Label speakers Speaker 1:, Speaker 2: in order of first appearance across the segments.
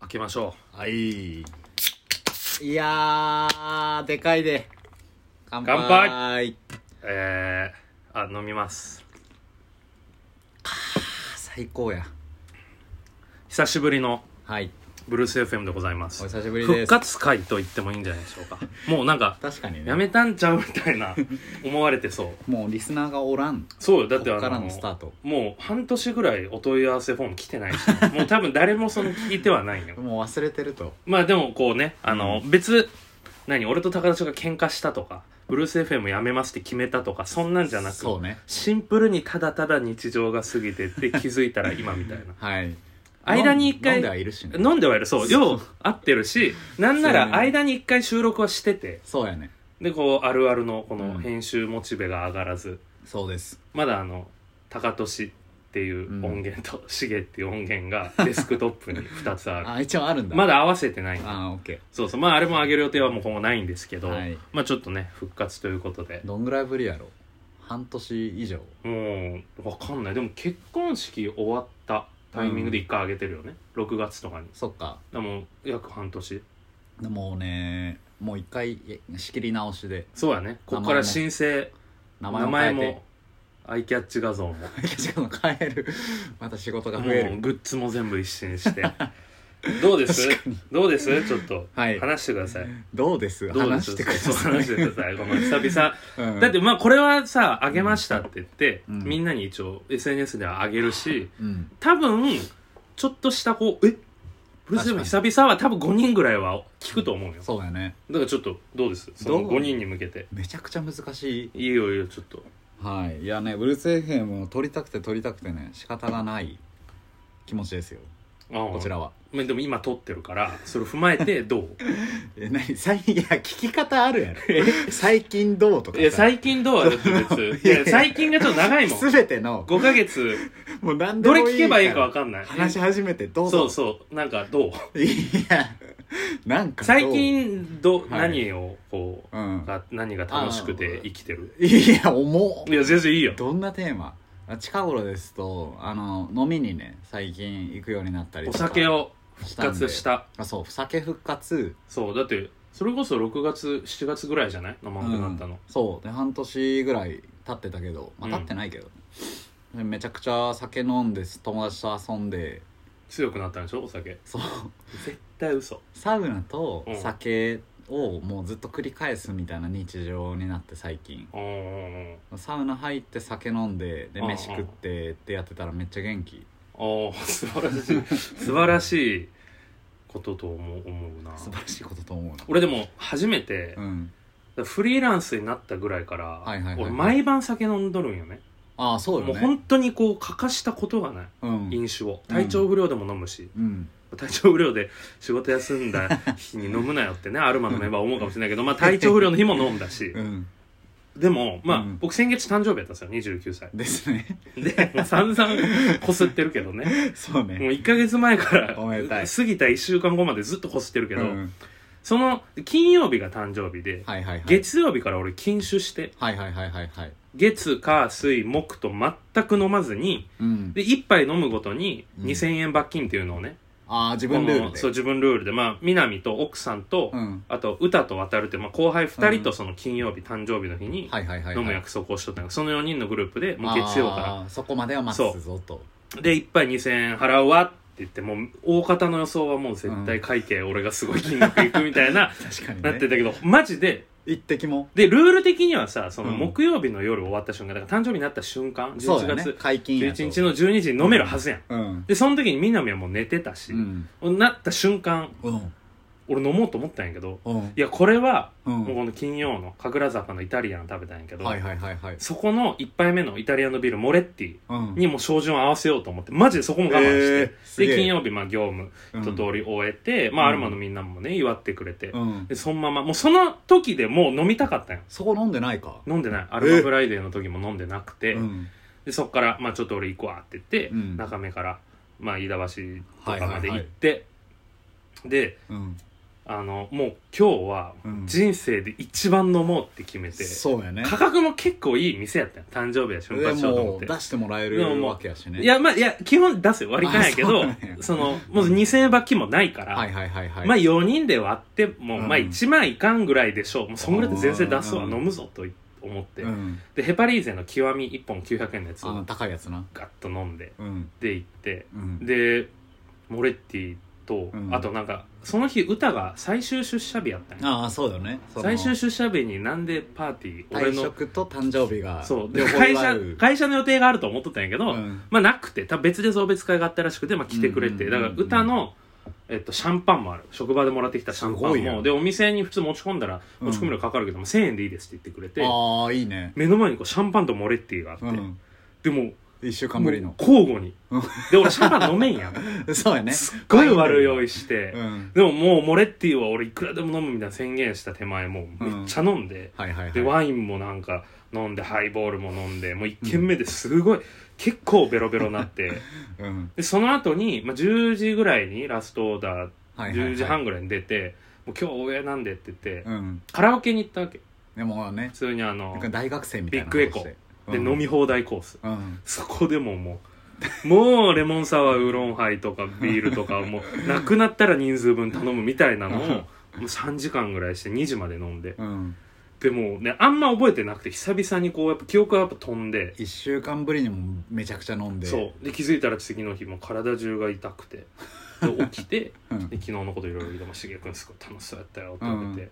Speaker 1: 開けましょ
Speaker 2: はい
Speaker 3: いやー、でかいで。乾杯。
Speaker 2: 乾
Speaker 1: うえー、あ飲みます
Speaker 3: 最高や。
Speaker 1: 久しぶりの
Speaker 3: はい。
Speaker 1: ブルース FM でございます
Speaker 3: お久しぶりです
Speaker 1: 復活会と言ってもいいんじゃないでしょうかもうなんか
Speaker 3: 確かに
Speaker 1: や
Speaker 3: ね。
Speaker 1: めたんちゃうみたいな思われてそう
Speaker 3: もうリスナーがおらん。
Speaker 1: そうよだってあ
Speaker 3: こっから
Speaker 1: の
Speaker 3: のスタート
Speaker 1: もう半年ぐらいお問い合わせフォーム来てないし、もう多分誰もその聞いてはないよ
Speaker 3: もう忘れてると。
Speaker 1: まあでもこうねあの、
Speaker 3: う
Speaker 1: 別何俺と高田氏が喧嘩したとかブルース FM やめますって決めたとかそんなんじゃなく
Speaker 3: そうね。
Speaker 1: シンプルにただただ日常が過ぎて って気づいたら今みたいな
Speaker 3: はい。
Speaker 1: 間に一回
Speaker 3: 飲んではいるしね。
Speaker 1: 飲んではいるそうよう合ってるしなんな
Speaker 3: そう
Speaker 1: ら
Speaker 3: ね
Speaker 1: 間に一回収録はしてて
Speaker 3: そうやね。
Speaker 1: でこうあるあるのこ
Speaker 3: う
Speaker 1: の
Speaker 3: ん
Speaker 1: 編集モチベが上がらず、
Speaker 3: そうです。
Speaker 1: まだあの高俊っていう音源としげ、っていう音源 がデスクトップに2つある
Speaker 3: あ、一応あるんだ。
Speaker 1: ま。だ合わせてないんで
Speaker 3: あー、オッケ
Speaker 1: そうそうまああれも上げる予定はもう今後ないんですけど、
Speaker 3: はい
Speaker 1: まあちょっとね復活ということで
Speaker 3: ー。どんぐらいぶりやろ半年以上。
Speaker 1: もうわかんないでも結婚式終わったタイミングで1回上げてるよね、6月とかに
Speaker 3: そっか。
Speaker 1: でも約半年
Speaker 3: でもね、もう一回仕切り直しで、
Speaker 1: そうやねここか
Speaker 3: 名前
Speaker 1: ら
Speaker 3: も
Speaker 1: 申請名
Speaker 3: 名前
Speaker 1: 前
Speaker 3: を
Speaker 1: も
Speaker 3: 変えて。
Speaker 1: アイキャッチ画像もも
Speaker 3: しかも変える。また仕事が
Speaker 1: う
Speaker 3: 増える。
Speaker 1: グッズも全部一新して どうですどうですちょっと
Speaker 3: はい
Speaker 1: 話してください、
Speaker 3: どうです
Speaker 1: どうで
Speaker 3: 話
Speaker 1: す
Speaker 3: してくだ
Speaker 1: そう
Speaker 3: さい。
Speaker 1: 話してくださいごめん久々
Speaker 3: うん
Speaker 1: だって、まあこれはさあげましたって言って、
Speaker 3: うん
Speaker 1: みんなに一応 SNS ではあげるし
Speaker 3: うん。
Speaker 1: 多分ちょっとしたこうえブルース・ム
Speaker 3: 確か
Speaker 1: 久々は多分5人ぐらいは聞くと思うよだか
Speaker 3: そうやね。
Speaker 1: らちょっとどうですそ
Speaker 3: ど
Speaker 1: の
Speaker 3: う
Speaker 1: 5人に向けて
Speaker 3: めちゃくちゃ難しい
Speaker 1: いいよいいよちょっと
Speaker 3: はいいやねブルース FM を撮りたくて撮りたくてね仕方がない気持ちですよ
Speaker 1: こ
Speaker 3: こちらは
Speaker 1: まあでも今撮ってるからそれ踏まえてどう
Speaker 3: え何最近いや聞き方あるやろ最近どうとか
Speaker 1: いや
Speaker 3: さ
Speaker 1: 最近どうはだって別 い
Speaker 3: いやい
Speaker 1: や
Speaker 3: や
Speaker 1: 最近がちょっと長いもん
Speaker 3: 全ての
Speaker 1: 5ヶ月
Speaker 3: もう何で
Speaker 1: ど
Speaker 3: もい
Speaker 1: れ
Speaker 3: い
Speaker 1: 聞けばいいか分かんない
Speaker 3: 話し始めてどう
Speaker 1: そう
Speaker 3: ぞ
Speaker 1: そうなんかどう
Speaker 3: いやなんかどう
Speaker 1: 最近ど、
Speaker 3: はい
Speaker 1: 何をこう、
Speaker 3: うん
Speaker 1: が何が楽しくて生きてる
Speaker 3: いや重
Speaker 1: い
Speaker 3: っ
Speaker 1: や全然いいよ
Speaker 3: どんなテーマ近頃ですとあの飲みにね最近行くようになったり
Speaker 1: お
Speaker 3: とか
Speaker 1: 酒を
Speaker 3: し
Speaker 1: 復
Speaker 3: たんで
Speaker 1: 活した
Speaker 3: あそうお酒復活
Speaker 1: そうだってそれこそ6月7月ぐらいじゃない飲まなくなったの、
Speaker 3: そうで半年ぐらい経ってたけど、まあ、
Speaker 1: うん
Speaker 3: 経ってないけどね、でめちゃくちゃ酒飲んで友達と遊んで
Speaker 1: 強くなったんでしょお酒
Speaker 3: そう
Speaker 1: 絶対嘘
Speaker 3: サウナと
Speaker 1: うん
Speaker 3: 酒をもうずっと繰り返すみたいな日常になって最近
Speaker 1: うんうん
Speaker 3: サウナ入って酒飲んでで
Speaker 1: うんうん
Speaker 3: 飯食ってってやってたらめっちゃ元気
Speaker 1: おー 素晴らしい素晴らしいことと思う思うな
Speaker 3: 素晴らしいことと思うな
Speaker 1: 俺でも初めて
Speaker 3: う、ん
Speaker 1: フリーランスになったぐらいから、
Speaker 3: いはいはい
Speaker 1: 俺毎晩酒飲んどるんよね
Speaker 3: ああそうよ
Speaker 1: もう
Speaker 3: ね
Speaker 1: 本当にこう欠かしたことがない
Speaker 3: うん
Speaker 1: 飲酒を体調不良でも飲むし、
Speaker 3: うん
Speaker 1: 体調不良で仕事休んだ日に飲むなよってねアルマのメンバーは思うかもしれないけど、まあ、体調不良の日も飲んだし
Speaker 3: うん
Speaker 1: でもまあ、
Speaker 3: うん
Speaker 1: 僕先月誕生日やったんですよ29歳
Speaker 3: ですね
Speaker 1: でもう散々こすってるけどね
Speaker 3: そう
Speaker 1: もう
Speaker 3: ね
Speaker 1: 1ヶ月前から
Speaker 3: おめでたい
Speaker 1: 過ぎた1週間後までずっとこすってるけど、
Speaker 3: うん
Speaker 1: その金曜日が誕生日で、
Speaker 3: はいはいはい
Speaker 1: 月曜日から俺禁酒して
Speaker 3: はいはいはいはいはい
Speaker 1: 月火水木と全く飲まずに
Speaker 3: うん
Speaker 1: で1杯飲むごとに
Speaker 3: うん
Speaker 1: 2000円罰金っていうのをね、
Speaker 3: ああ自分ルール
Speaker 1: この
Speaker 3: で
Speaker 1: そう自分ルールでまあ南と奥さんと、
Speaker 3: うん
Speaker 1: あと歌と渡るっていう、まあ、後輩2人
Speaker 3: う
Speaker 1: と
Speaker 3: ん
Speaker 1: その金曜日誕生日の日に
Speaker 3: はいはいはいはい
Speaker 1: 飲む約束をしとったんやその4人のグループでもう月曜か
Speaker 3: あーそこまでは待つぞと
Speaker 1: らで1杯2000円払うわって言ってもう大方の予想はもう絶対会計俺がすごい金額いくみた いな
Speaker 3: 確かに
Speaker 1: なって
Speaker 3: ね
Speaker 1: たけどマジで
Speaker 3: 一滴も
Speaker 1: でルール的にはさその
Speaker 3: うん
Speaker 1: 木曜日の夜終わった瞬間だから誕生日になった瞬間
Speaker 3: そう
Speaker 1: 11
Speaker 3: だよね
Speaker 1: 月
Speaker 3: 解禁やと
Speaker 1: 11日の12時に飲めるはずやん
Speaker 3: うん
Speaker 1: でその時に南はもう寝てたし
Speaker 3: う、ん
Speaker 1: なった瞬間
Speaker 3: うん
Speaker 1: 俺飲もうと思ったんやけど
Speaker 3: うん
Speaker 1: いやこれは
Speaker 3: う
Speaker 1: もうんこの金曜の神楽坂のイタリアン食べたんやけど、
Speaker 3: はいはいはいはい
Speaker 1: そこの1杯目のイタリアのビールモレッティ
Speaker 3: うん
Speaker 1: にもう照準を合わせようと思ってマジでそこも我慢し
Speaker 3: え
Speaker 1: て
Speaker 3: ー、すげ
Speaker 1: で
Speaker 3: え
Speaker 1: 金曜日まあ業務
Speaker 3: うん
Speaker 1: 一通り終えて、まあ
Speaker 3: うん
Speaker 1: アルマのみんなもね祝ってくれて、
Speaker 3: うん
Speaker 1: でそのままもうその時でもう飲みたかったんよ
Speaker 3: そこ飲んでないか
Speaker 1: 飲んでないアルマフライデーの時も飲んでなくて、
Speaker 3: うん
Speaker 1: でそっから、まあ、ちょっと俺行くわって言って、
Speaker 3: うん
Speaker 1: 中目から、まあ、飯田橋とかまで
Speaker 3: はいはいは
Speaker 1: 行っ
Speaker 3: い
Speaker 1: て、で
Speaker 3: うん
Speaker 1: あのもう今日は
Speaker 3: うん
Speaker 1: 人生で一番飲もうって決めて、
Speaker 3: そうやね
Speaker 1: 価格も結構いい店やったよ誕生日やし奮
Speaker 3: で
Speaker 1: 発しようと思
Speaker 3: も
Speaker 1: っ
Speaker 3: う
Speaker 1: て
Speaker 3: 出してもらえ
Speaker 1: でも
Speaker 3: る
Speaker 1: もう
Speaker 3: わけやしね
Speaker 1: いやまあいや基本出すよ割り勘やけ
Speaker 3: あそう
Speaker 1: ど
Speaker 3: なんや
Speaker 1: そのもう2000円ばっきもないから、
Speaker 3: はいはいはいはい
Speaker 1: まあ4人で割っても、
Speaker 3: うん
Speaker 1: まあ1万いかんぐらいでしょうもうそんぐらいで全然出すわ
Speaker 3: うん
Speaker 1: 飲むぞと思って、
Speaker 3: うん、
Speaker 1: でヘパリーゼの極み1本900円のやつ
Speaker 3: あの
Speaker 1: を
Speaker 3: 高いやつな
Speaker 1: ガッと飲んで
Speaker 3: うん
Speaker 1: で行って
Speaker 3: うん
Speaker 1: でモレッティと、
Speaker 3: うん
Speaker 1: あとなんかその日歌が最終出社日やったんや
Speaker 3: ああそうだよねその
Speaker 1: 最終出社日になんでパーティー俺
Speaker 3: 退
Speaker 1: の
Speaker 3: 職と誕生日が
Speaker 1: そうで
Speaker 3: 両方
Speaker 1: 会
Speaker 3: 祝
Speaker 1: 社
Speaker 3: う
Speaker 1: 会社の予定があると思っとったんやけど、
Speaker 3: うん
Speaker 1: まあなくて多分別で送別会があったらしくて、まあ、来てくれて、
Speaker 3: うんうんうんうん
Speaker 1: だから歌の、えっと、シャンパンもある職場でもらってきたシャン
Speaker 3: すご
Speaker 1: パン
Speaker 3: いや
Speaker 1: も
Speaker 3: ん
Speaker 1: でお店に普通持ち込んだら
Speaker 3: うん
Speaker 1: 持ち込み料かかるけども、1000円でいいですって言ってくれて
Speaker 3: ああいいね
Speaker 1: 目の前にこうシャンパンとモレッティがあって、
Speaker 3: うん
Speaker 1: でも
Speaker 3: 一週間ぶりの
Speaker 1: もう交互に
Speaker 3: うん
Speaker 1: で俺シャンパン飲めんやん
Speaker 3: そう やね
Speaker 1: すっごい悪酔いして、
Speaker 3: うん
Speaker 1: でももうモレッティは俺いくらでも飲むみたいな宣言した手前もうめっちゃ飲んで、
Speaker 3: はいはいはい
Speaker 1: でワインもなんか飲んでハイボールも飲んでもう1軒目ですごい、結構ベロベロになって。
Speaker 3: うん
Speaker 1: でその後に、まあ、10時ぐらいにラストオーダー
Speaker 3: はいはいはい
Speaker 1: 10時半ぐらいに出て、もう今日親なんでって言って、
Speaker 3: うん
Speaker 1: カラオケに行ったわけ
Speaker 3: でもね
Speaker 1: 普通にあの
Speaker 3: なんか大学生みたいな
Speaker 1: ビッグエコ
Speaker 3: で
Speaker 1: で飲み放題コース
Speaker 3: うん
Speaker 1: そこでももうもうレモンサワーウーロンハイとかビールと かもうなくなったら人数分頼むみたいなのを
Speaker 3: うん
Speaker 1: もう3時間ぐらいして2時まで飲んで
Speaker 3: うん
Speaker 1: でもうねあんま覚えてなくて久々にこうやっぱ記憶がやっぱ飛んで
Speaker 3: 一週間ぶりにもめちゃくちゃ飲んで
Speaker 1: そうで気づいたら次の日もう体中が痛くてで起きて
Speaker 3: うん
Speaker 1: で昨日のこといろいろ言ってもしげ君すごい楽しそうやったよって言って、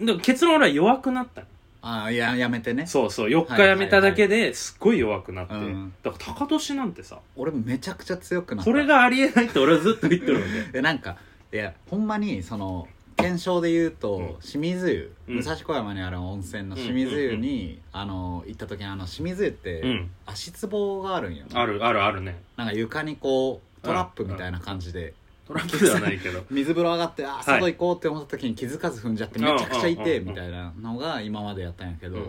Speaker 1: ででも結論俺は弱くなったの
Speaker 3: ああややめてね
Speaker 1: そうそう4日やめただけですっごい弱くなって、
Speaker 3: うん
Speaker 1: だから高年なんてさ
Speaker 3: 俺めちゃくちゃ強くなった
Speaker 1: それがありえないって俺はずっと言ってるわ
Speaker 3: でなんかいやほんまにその検証で言うと、
Speaker 1: うん
Speaker 3: 清水湯、
Speaker 1: うん
Speaker 3: 武蔵小山にある温泉の清水湯に、あの行った時にあの清水湯って、
Speaker 1: けうん
Speaker 3: 足つぼがあるんよ
Speaker 1: あるあるあるね
Speaker 3: なんか床にこうトラップみたいな感じで、
Speaker 1: トランプではないけど
Speaker 3: 水風呂上がってあー
Speaker 1: はい
Speaker 3: 外行こうって思った時に気づかず踏んじゃってめちゃくちゃ痛い
Speaker 1: うんうんうんうん
Speaker 3: みたいなのが今までやったんやけど、
Speaker 1: うん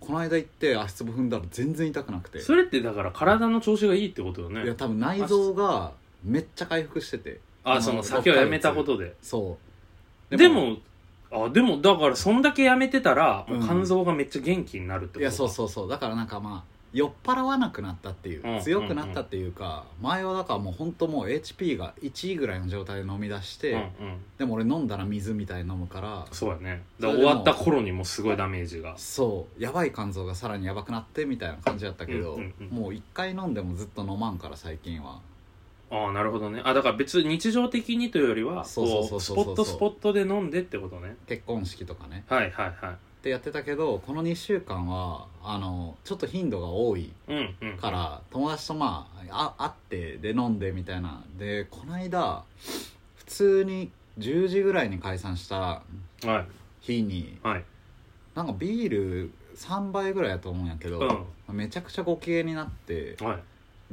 Speaker 3: この間行って足つぼ踏んだら全然痛くなくて
Speaker 1: それってだから体の調子がいいってことよ
Speaker 3: いや
Speaker 1: ね
Speaker 3: 多分内臓がめっちゃ回復してて
Speaker 1: あその酒をやめたことで
Speaker 3: そう
Speaker 1: でもあでもだからそんだけやめてたらもう
Speaker 3: うん
Speaker 1: 肝臓がめっちゃ元気になるってこと
Speaker 3: いやそう
Speaker 1: う
Speaker 3: そうそうだからなんかまあ酔っ払わなくなったっていう、
Speaker 1: うん
Speaker 3: 強くなったっていうか、前はだからもう本当もう HP が1位ぐらいの状態で飲み出して、
Speaker 1: うんうん
Speaker 3: でも俺飲んだら水みたいに飲むから
Speaker 1: そうやねだから終わった頃にもうすごいダメージが
Speaker 3: そうやばい肝臓がさらにやばくなってみたいな感じだったけど、
Speaker 1: うんうんうん
Speaker 3: もう1回飲んでもずっと飲まんから最近は
Speaker 1: ああなるほどねあだから別に日常的にというよりは
Speaker 3: そうそう
Speaker 1: こ
Speaker 3: そう
Speaker 1: うス
Speaker 3: そう
Speaker 1: ポ
Speaker 3: そう
Speaker 1: ットスポットで飲んでってことね
Speaker 3: 結婚式とかね
Speaker 1: はいはいは
Speaker 3: ってやってたけどこの2週間はあのちょっと頻度が多い
Speaker 1: いうんうん
Speaker 3: から友達とまああ会ってで飲んでみたいなでこの間普通に10時ぐらいに解散した
Speaker 1: はい
Speaker 3: 日に
Speaker 1: はい
Speaker 3: なんかビール3杯ぐらいやと思うんやけ
Speaker 1: うん
Speaker 3: ど、めちゃくちゃご機嫌になって
Speaker 1: はい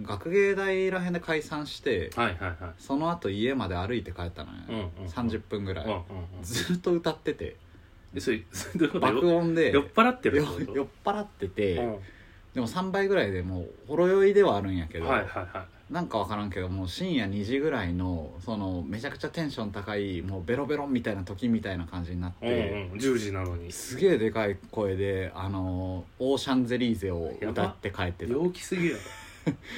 Speaker 3: 学芸大らへんで解散して
Speaker 1: はいはいは
Speaker 3: その後家まで歩いて帰ったの
Speaker 1: いうん
Speaker 3: よ、
Speaker 1: うん
Speaker 3: 30分ぐらい、
Speaker 1: うんうんうん
Speaker 3: ずっと歌ってて
Speaker 1: えそれ それどういうこと
Speaker 3: 爆
Speaker 1: よ
Speaker 3: 音で
Speaker 1: 酔っ払ってる
Speaker 3: 酔
Speaker 1: ってこと
Speaker 3: 酔っ払ってて、
Speaker 1: うん
Speaker 3: でも3杯ぐらいでもうほろ酔いではあるんやけど、
Speaker 1: はいはいは
Speaker 3: なんかわからんけどもう深夜2時ぐらいのそのめちゃくちゃテンション高いもうベロベロみたいな時みたいな感じになっ
Speaker 1: いうん
Speaker 3: て、
Speaker 1: うん10時なのに
Speaker 3: すげえでかい声で「あのーオーシャンゼリーゼ」を歌って帰ってた
Speaker 1: 陽気す ぎやろ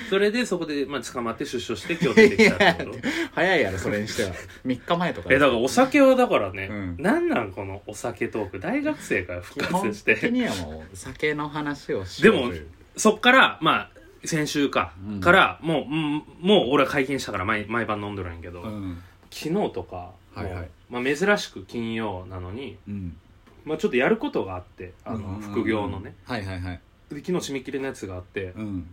Speaker 1: それでそこでまあ捕まって出所して今日出てきたってこと
Speaker 3: 早いやろそれ にしては3日前とか
Speaker 1: えだからお酒はだから
Speaker 3: う
Speaker 1: ね
Speaker 3: ん
Speaker 1: なんなんこのお酒トーク大学生から復
Speaker 3: 基本
Speaker 1: 活して
Speaker 3: 的にはもう酒の話をしよう
Speaker 1: でも
Speaker 3: という
Speaker 1: そっから、まあ、先週か、
Speaker 3: うん
Speaker 1: から、もう、うんもう俺は解禁したから毎毎晩飲んでるんやけど、
Speaker 3: うん
Speaker 1: 昨日とか、
Speaker 3: はいはい
Speaker 1: もうまあ、珍しく金曜なのに、
Speaker 3: うん
Speaker 1: まあ、ちょっとやることがあって、あ
Speaker 3: うんうんう
Speaker 1: の、
Speaker 3: ん
Speaker 1: 副業のね。
Speaker 3: はいはいはい
Speaker 1: で昨日締め切りのやつがあって、
Speaker 3: うん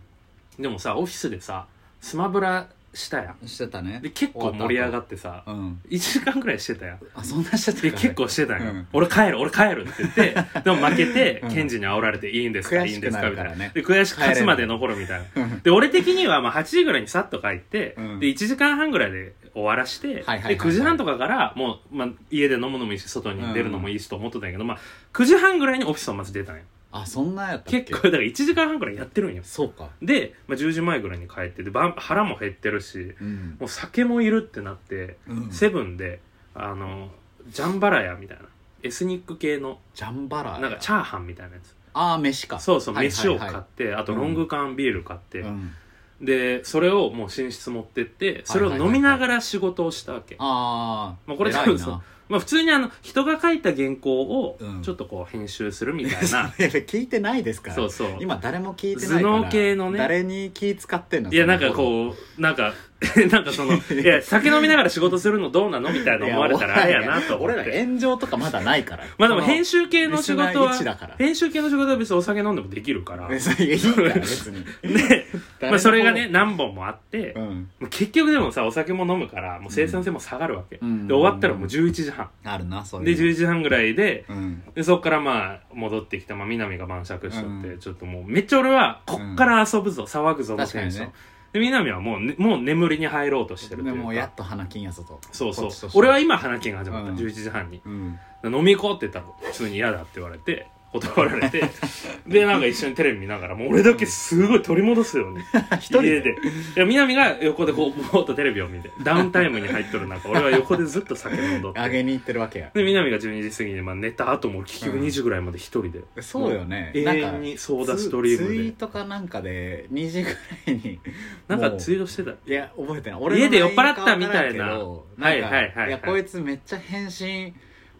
Speaker 1: でもさ、オフィスでさ、スマブラしたや
Speaker 3: してたね
Speaker 1: ん。で、結構盛り上がってさ、
Speaker 3: うん
Speaker 1: 1時間くらいしてたやん。
Speaker 3: あそんなしてた
Speaker 1: で、結構してたんよ。
Speaker 3: うん
Speaker 1: 俺帰る、俺帰るって言 って、でも負けて
Speaker 3: うん、
Speaker 1: ケンジに煽られて、いいんですか、
Speaker 3: 悔
Speaker 1: いい
Speaker 3: し
Speaker 1: ん
Speaker 3: く
Speaker 1: です
Speaker 3: な
Speaker 1: か、
Speaker 3: る
Speaker 1: みた
Speaker 3: か
Speaker 1: いな。
Speaker 3: らね
Speaker 1: で、悔しく勝つまで残るみたいな。で俺的にはまあ8時ぐらいにさっと帰って、
Speaker 3: うん
Speaker 1: で1時間半ぐらいで終わらして、
Speaker 3: はいはいはいはい
Speaker 1: で9時半とかからもう、まあ、家で飲むのもいいし外に出るのもいいしと思ってたんやけど、まあ、9時半ぐらいにオフィスをまず出たんや
Speaker 3: あそんなやったっけ
Speaker 1: 結構だから1時間半ぐらいやってるんよ
Speaker 3: そうか
Speaker 1: で、まあ、10時前ぐらいに帰ってで晩腹も減ってるし
Speaker 3: うん
Speaker 1: もう酒もいるってなって、
Speaker 3: うん
Speaker 1: セブンであのジャンバラヤみたいなエスニック系の
Speaker 3: ジャンバラヤ
Speaker 1: なんかチャーハンみたいなやつ
Speaker 3: ああ飯か
Speaker 1: そうそう
Speaker 3: はいはい
Speaker 1: 飯
Speaker 3: はい
Speaker 1: を買ってあとロング缶ビール買って
Speaker 3: うん
Speaker 1: でそれをもう寝室持ってってそれを飲みながら仕事をしたわけ
Speaker 3: ああ
Speaker 1: まあこれ多
Speaker 3: 偉い
Speaker 1: 分そうまあ普通にあの人が書いた原稿を
Speaker 3: うん
Speaker 1: ちょっとこう編集するみたい
Speaker 3: な
Speaker 1: な、
Speaker 3: いや聞いてないですから
Speaker 1: そうそう
Speaker 3: 今誰も聞いてないから
Speaker 1: 頭脳系のね
Speaker 3: 誰に気使ってんの
Speaker 1: いやなんかこうなんか なんかそのいや酒飲みながら仕事するのどうなのみたいな思われたらあれやなと思
Speaker 3: 俺
Speaker 1: っ
Speaker 3: ら
Speaker 1: て
Speaker 3: 炎上とかまだないから
Speaker 1: まあでも編
Speaker 3: 集
Speaker 1: 集系の仕事
Speaker 3: リスナー一だ
Speaker 1: は
Speaker 3: から
Speaker 1: 編集系の仕事は別にお酒飲んでもできるから
Speaker 3: 別にいいから別に
Speaker 1: で、
Speaker 3: 誰
Speaker 1: まあ、
Speaker 3: の
Speaker 1: それがね何本もあって
Speaker 3: うん
Speaker 1: もう結局でもさお酒も飲むからもう生産性も下がるわけ、
Speaker 3: うん
Speaker 1: で終わったらもう11時半
Speaker 3: あるなそう
Speaker 1: で
Speaker 3: いう
Speaker 1: 11時半ぐらいで
Speaker 3: のうん
Speaker 1: でそこからまあ戻ってきた、まあ、南が晩酌しとって、
Speaker 3: うん
Speaker 1: ちょっともうめっちゃ俺はこっから遊ぶぞ、騒ぐぞの
Speaker 3: 確
Speaker 1: テ
Speaker 3: か
Speaker 1: ン
Speaker 3: に
Speaker 1: ション、
Speaker 3: ね
Speaker 1: で南はもう,、ね、もう眠りに入ろうとしてると
Speaker 3: で
Speaker 1: いう
Speaker 3: も
Speaker 1: か
Speaker 3: うやっと花金やぞと
Speaker 1: そうそ
Speaker 3: こ
Speaker 1: う
Speaker 3: っちとして
Speaker 1: 俺は今花金が始まった、
Speaker 3: うん
Speaker 1: 11時半に
Speaker 3: うん
Speaker 1: 飲み行こうって言ったら普通に嫌だって言われて断られ てでなんか一緒にテレビ見ながらもう俺だけすごい取り戻すように
Speaker 3: 一人
Speaker 1: 家
Speaker 3: で
Speaker 1: でいや南が横でこうぼーっとテレビを見てダウンタイムに入っとる中俺は横でずっと酒飲んどっ
Speaker 3: あ
Speaker 1: て
Speaker 3: げに行ってるわけや
Speaker 1: で南が12時過ぎにまあ寝た後も結局
Speaker 3: うん
Speaker 1: 2時ぐらいまで一人で、
Speaker 3: そうよね
Speaker 1: 永
Speaker 3: なんか
Speaker 1: 遠にソーダストリー
Speaker 3: ツイー
Speaker 1: ムで
Speaker 3: トかなんかで2時ぐらいに
Speaker 1: なんか
Speaker 3: もう
Speaker 1: ツイートしてた
Speaker 3: いや覚えてない
Speaker 1: 家で
Speaker 3: の
Speaker 1: 酔っ払ったみたい
Speaker 3: LINE かわ
Speaker 1: な
Speaker 3: からんけどなん
Speaker 1: は
Speaker 3: か
Speaker 1: いはいはいはい
Speaker 3: いやこいつめっちゃ返信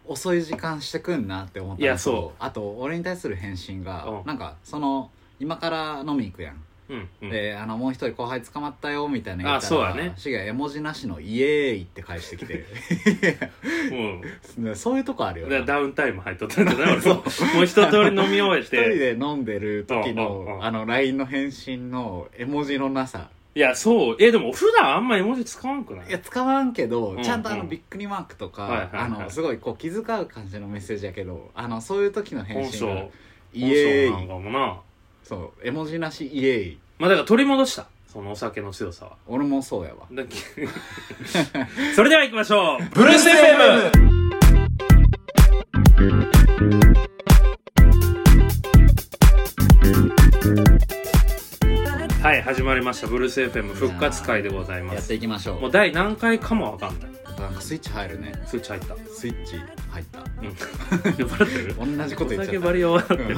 Speaker 3: 遅い時間してくんなって思ったのと
Speaker 1: いやそう
Speaker 3: あと俺に対する返信が、
Speaker 1: うん
Speaker 3: なんかその今から飲み行くやん、
Speaker 1: うんうん
Speaker 3: であのもう一人後輩捕まったよみたいな言
Speaker 1: あ
Speaker 3: った
Speaker 1: そう
Speaker 3: ら
Speaker 1: だね
Speaker 3: シゲ絵文字なしの「イエーイ!」って返してきて そういうとこある
Speaker 1: う
Speaker 3: よ
Speaker 1: ん、だからダ
Speaker 3: ね
Speaker 1: ウンタイム入っとったんじゃない俺
Speaker 3: そう
Speaker 1: ももう一通り飲み終え
Speaker 3: 一人
Speaker 1: て
Speaker 3: で飲んでる時
Speaker 1: うんうんう
Speaker 3: の
Speaker 1: ん
Speaker 3: あの LINE の返信の絵文字のなさ
Speaker 1: いやそうえでも普段あんま絵文字使わんくない
Speaker 3: いや使わんけど、
Speaker 1: んうん
Speaker 3: ちゃんとあのビックリマークとか、
Speaker 1: はいはいはい
Speaker 3: あのすごいこう気遣う感じのメッセージやけどあのそういう時の返
Speaker 1: 本
Speaker 3: 信が
Speaker 1: 性
Speaker 3: 「イエ
Speaker 1: 本性な
Speaker 3: ー
Speaker 1: ん
Speaker 3: イ
Speaker 1: かもな」
Speaker 3: そう絵文字なし「イエーイ
Speaker 1: まあだから取り戻したそのお酒の強さは」
Speaker 3: 俺もそうやわ
Speaker 1: だ それでは行きましょうブルース FM! はい始まりましたブルース FM 復活会でございま
Speaker 3: やっ
Speaker 1: す
Speaker 3: ていきましょう
Speaker 1: もう第何回かもわかんない
Speaker 3: なんかスイッチ入るね
Speaker 1: スイッチ入った
Speaker 3: スイッチ入った
Speaker 1: 酔っ払ってる
Speaker 3: 同じこと言
Speaker 1: お
Speaker 3: っち
Speaker 1: 酒
Speaker 3: ゃっ
Speaker 1: バリ酔っ払 ってる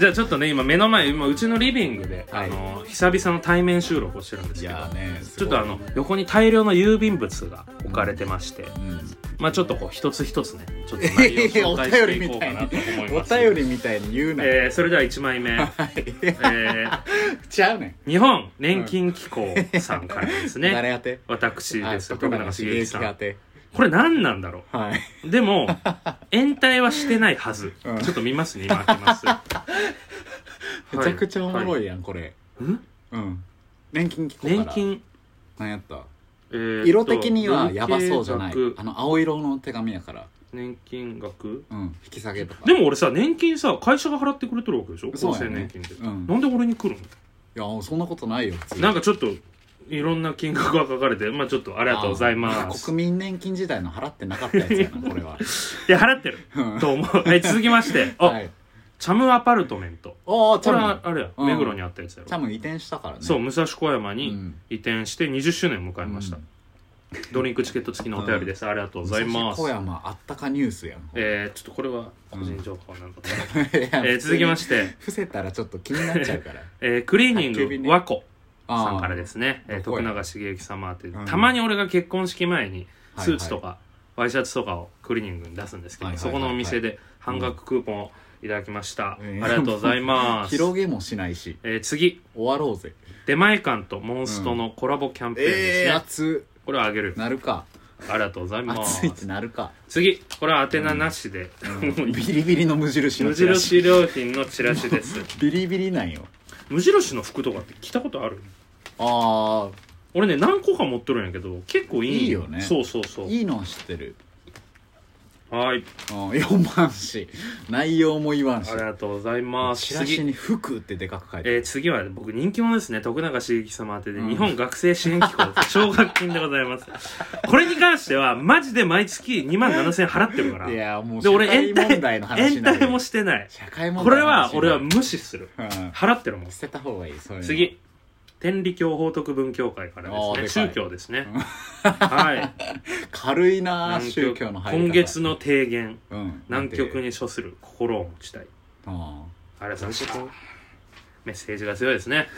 Speaker 1: じゃあちょっとね今目の前今うちのリビングで、
Speaker 3: は
Speaker 1: あ
Speaker 3: い
Speaker 1: の久々の対面収録をしてるんで
Speaker 3: た
Speaker 1: す
Speaker 3: い
Speaker 1: けど
Speaker 3: やーね
Speaker 1: ち
Speaker 3: す
Speaker 1: ょっ
Speaker 3: ごい
Speaker 1: とあの横に大量の郵便物が置かれてまして、
Speaker 3: うん
Speaker 1: まあちょっとこう一つ一つ ねちょっと内容を紹介していこうかなと思い
Speaker 3: お
Speaker 1: ます
Speaker 3: 便りみたいに言うな、
Speaker 1: えーそれでは1枚 目、えー
Speaker 3: ちゃうねん、
Speaker 1: 日本年金機構さんからですね
Speaker 3: 誰宛て
Speaker 1: 私
Speaker 3: あ
Speaker 1: ですよ
Speaker 3: 徳
Speaker 1: 徳
Speaker 3: 永
Speaker 1: 永
Speaker 3: 茂
Speaker 1: 茂
Speaker 3: 之
Speaker 1: 之さ
Speaker 3: 宛
Speaker 1: ん
Speaker 3: て
Speaker 1: これ何なんだろ
Speaker 3: はいう
Speaker 1: で も延滞はしてないはず、
Speaker 3: うん
Speaker 1: ちょっと見ますね今開 けます
Speaker 3: めちゃくちゃおもろ
Speaker 1: い、
Speaker 3: いやんこれ
Speaker 1: はいん
Speaker 3: うん年金聞こうか
Speaker 1: 年
Speaker 3: ら
Speaker 1: 金、
Speaker 3: 何やった
Speaker 1: えーっと
Speaker 3: 色的にはやばそうじゃない
Speaker 1: 累計額
Speaker 3: あの青色の手紙やから、
Speaker 1: 年金額
Speaker 3: うん、引き下げとか
Speaker 1: で
Speaker 3: も
Speaker 1: も俺さ年金さ会社が払ってくれてるわけでしょ
Speaker 3: そう
Speaker 1: 厚
Speaker 3: やね
Speaker 1: 生年金って、
Speaker 3: うん
Speaker 1: なんで俺に来るの
Speaker 3: いやそんなことないよ普通
Speaker 1: なんかちょっといろんな金額が書かれてまあちょっとありがとうございます
Speaker 3: 国民年金時代の払ってなかったやつやなこ れは
Speaker 1: いや払ってる
Speaker 3: うん
Speaker 1: と思うはい続きましてあ、
Speaker 3: はい
Speaker 1: チャムアパルトメント
Speaker 3: おーチ
Speaker 1: これは
Speaker 3: ャム
Speaker 1: あれや、
Speaker 3: うん
Speaker 1: 目黒にあったやつや
Speaker 3: チャ
Speaker 1: ろ
Speaker 3: ム移転したからね
Speaker 1: そう
Speaker 3: う
Speaker 1: 武蔵小山に
Speaker 3: ん
Speaker 1: 移転して20周年を迎えました、
Speaker 3: うん
Speaker 1: ドリンクチケット付きのお便りです、ありがとうございます
Speaker 3: 武蔵小山あったかニュースやん、
Speaker 1: えー、ちょっとこれは個人情報なんだった、
Speaker 3: いや
Speaker 1: えー続きまして、
Speaker 3: 伏せたらちょっと気になっちゃうから
Speaker 1: えークリーニン
Speaker 3: 宅急便
Speaker 1: グ
Speaker 3: ね
Speaker 1: 和子、
Speaker 3: あー
Speaker 1: さんからですね、えー
Speaker 3: どこ
Speaker 1: 徳
Speaker 3: や
Speaker 1: 永茂之様って、
Speaker 3: うん
Speaker 1: たまに俺が結婚式前に
Speaker 3: はい
Speaker 1: スーツとかワイシャツとかをクリーニングに出すんですけど、
Speaker 3: はいはい
Speaker 1: そ
Speaker 3: はいは
Speaker 1: こ
Speaker 3: い
Speaker 1: のお店で半額クーポンをいただきました、
Speaker 3: うん
Speaker 1: ありがとうござい ます、
Speaker 3: 広げもしないし
Speaker 1: えー次
Speaker 3: 終わろうぜ
Speaker 1: 出前館とモンストのコラボキャンペーンですね、
Speaker 3: 熱
Speaker 1: これをあげる
Speaker 3: なるか
Speaker 1: ありがとうございます
Speaker 3: 熱いってなる か
Speaker 1: 次これは宛名なしで、
Speaker 3: うんビリビリの無印の
Speaker 1: 無
Speaker 3: チラシ
Speaker 1: 印良品のチラシです
Speaker 3: ビリビリなんよ
Speaker 1: 無印の服とかって着たことある
Speaker 3: あ
Speaker 1: 俺ね何個か持ってるんやけど結構いい
Speaker 3: いいよね
Speaker 1: そうそうそ
Speaker 3: あ
Speaker 1: う
Speaker 3: いいのは知ってる
Speaker 1: はい
Speaker 3: うん読まんし内容も言わんし
Speaker 1: ありがとうございます
Speaker 3: チラシ
Speaker 1: 次
Speaker 3: に「服」ってでかく書いて
Speaker 1: えー次は僕人気者ですね徳永茂樹様宛てで、
Speaker 3: うん
Speaker 1: 日本学生支援機構 奨学金でございますこれに関してはマジで毎月2万7000円払ってるか
Speaker 3: あ
Speaker 1: ら
Speaker 3: るい
Speaker 1: で
Speaker 3: やもう社
Speaker 1: 俺
Speaker 3: 会
Speaker 1: 延
Speaker 3: 問題の
Speaker 1: 滞
Speaker 3: 話
Speaker 1: 延
Speaker 3: になる
Speaker 1: 滞もしてない
Speaker 3: 社会問
Speaker 1: こ
Speaker 3: 題
Speaker 1: れ
Speaker 3: の話
Speaker 1: は
Speaker 3: にな
Speaker 1: 俺は
Speaker 3: る
Speaker 1: 無視する
Speaker 3: うん
Speaker 1: 払ってるもん
Speaker 3: 捨てた方がいいそういうの
Speaker 1: 次天理教法徳文教会から
Speaker 3: あー
Speaker 1: で
Speaker 3: ですかい
Speaker 1: ね宗教ですねはい
Speaker 3: 軽い なあ
Speaker 1: 南
Speaker 3: 宗
Speaker 1: 極
Speaker 3: 教の入り方
Speaker 1: 今月の提言
Speaker 3: うん
Speaker 1: 南極に処する心を持ちたい
Speaker 3: あ
Speaker 1: ありがとうございますメッセージが強いですね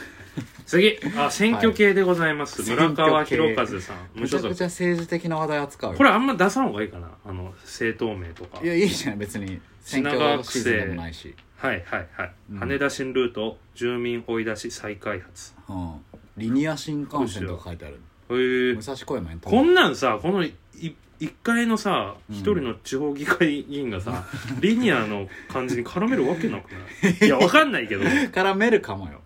Speaker 1: 次あ選挙系でございます、
Speaker 3: はい
Speaker 1: 村川
Speaker 3: 選挙
Speaker 1: 博
Speaker 3: 系
Speaker 1: 和さん無
Speaker 3: めち
Speaker 1: 所
Speaker 3: ゃく
Speaker 1: 属
Speaker 3: ちゃ政治的な話題扱う
Speaker 1: これあんま出さん方がいいかなあの政党名とか
Speaker 3: いやいいじゃん別に選
Speaker 1: 品
Speaker 3: 挙
Speaker 1: 川区
Speaker 3: シ
Speaker 1: 政
Speaker 3: ーズンでもないし、
Speaker 1: はいはいはい、
Speaker 3: うん
Speaker 1: 羽田新ルート住民追い出し再開発
Speaker 3: うん、リニア新幹線とか書いてある
Speaker 1: へー
Speaker 3: 武蔵小山に飛
Speaker 1: こ
Speaker 3: ぶ
Speaker 1: んなんさこのい一回のさ
Speaker 3: うん
Speaker 1: 一人の地方議会議員がさ、リニアの感じに絡めるわけなくない いやわかんないけど
Speaker 3: 絡めるかもよ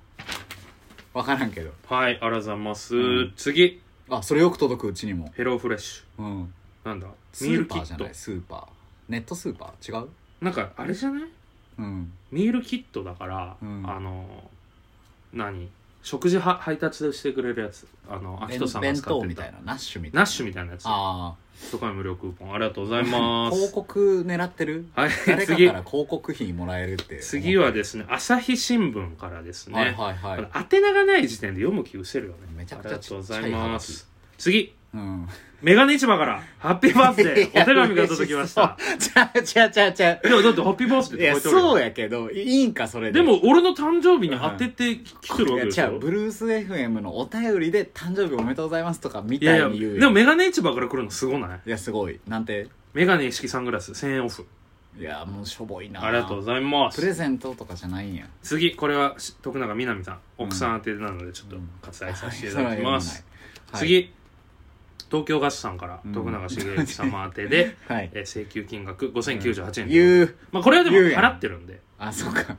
Speaker 3: 分からんけど
Speaker 1: はい、ありがとうございます。
Speaker 3: うん
Speaker 1: 次、
Speaker 3: あそれよく届くうちにも、
Speaker 1: ヘローフレッシ
Speaker 3: うん、
Speaker 1: ュ。なんだ
Speaker 3: ス
Speaker 1: ミー
Speaker 3: ー
Speaker 1: ルキ
Speaker 3: パーじ
Speaker 1: ッ
Speaker 3: ゃ
Speaker 1: ト
Speaker 3: ない。スーパーネットスーパー違う
Speaker 1: なんか、あれじゃない
Speaker 3: うん
Speaker 1: ミールキットだから、
Speaker 3: うん
Speaker 1: あの、何食事は配達でしてくれるやつ。あの、アキ
Speaker 3: 弁
Speaker 1: トさんが
Speaker 3: 弁
Speaker 1: 使っ
Speaker 3: 当
Speaker 1: て
Speaker 3: みたい
Speaker 1: た。
Speaker 3: なナッシュみたいな
Speaker 1: ナッシュみたいなやつ。
Speaker 3: あ
Speaker 1: 初回無料クーポン。ありがとうござい
Speaker 3: あ
Speaker 1: ま
Speaker 3: 広
Speaker 1: す。
Speaker 3: 告狙ってる
Speaker 1: は
Speaker 3: 誰
Speaker 1: い、
Speaker 3: かか
Speaker 1: 次
Speaker 3: ら。広告費もらえるって
Speaker 1: 次はですね、朝日新聞からですね。
Speaker 3: はいはいはい、
Speaker 1: これ宛名がない時点で読む気失せるよね。
Speaker 3: めちゃくちゃ
Speaker 1: ありがとうございま
Speaker 3: ちっち
Speaker 1: す。次、
Speaker 3: うん、
Speaker 1: メガネ市場から、ハッピーバース デー、お手紙が届きました。
Speaker 3: ちゃうちゃうちゃう
Speaker 1: いや、だってハッピーバースデー
Speaker 3: い
Speaker 1: って書
Speaker 3: や
Speaker 1: いてあるよ
Speaker 3: そうやけどいいんかそれで
Speaker 1: でも俺の誕生日に当てて来てる
Speaker 3: い
Speaker 1: わけ
Speaker 3: や
Speaker 1: でし
Speaker 3: じゃあ
Speaker 1: ょ
Speaker 3: ブルース FM のお便りで「誕生日おめでとうございます」とかみ
Speaker 1: い
Speaker 3: た
Speaker 1: やい
Speaker 3: い
Speaker 1: や
Speaker 3: に言うよ
Speaker 1: でもメガネ市場から来るのすごない
Speaker 3: いやすごいなんて
Speaker 1: メガネ一式サングラス1000円オフ
Speaker 3: いやもうしょぼいな
Speaker 1: ありがとうございま
Speaker 3: プレ
Speaker 1: す
Speaker 3: ゼントとかじゃないんや
Speaker 1: 次これはし徳永みなみさん奥さん宛てなのでちょっと割愛させていただきます、
Speaker 3: はい
Speaker 1: 次東京ガスさんから
Speaker 3: うん
Speaker 1: 徳永茂之様宛てで
Speaker 3: はい
Speaker 1: えー請求金額5098円
Speaker 3: 言う
Speaker 1: まあこれはでも
Speaker 3: 言うやん
Speaker 1: 払ってるんで
Speaker 3: あそうか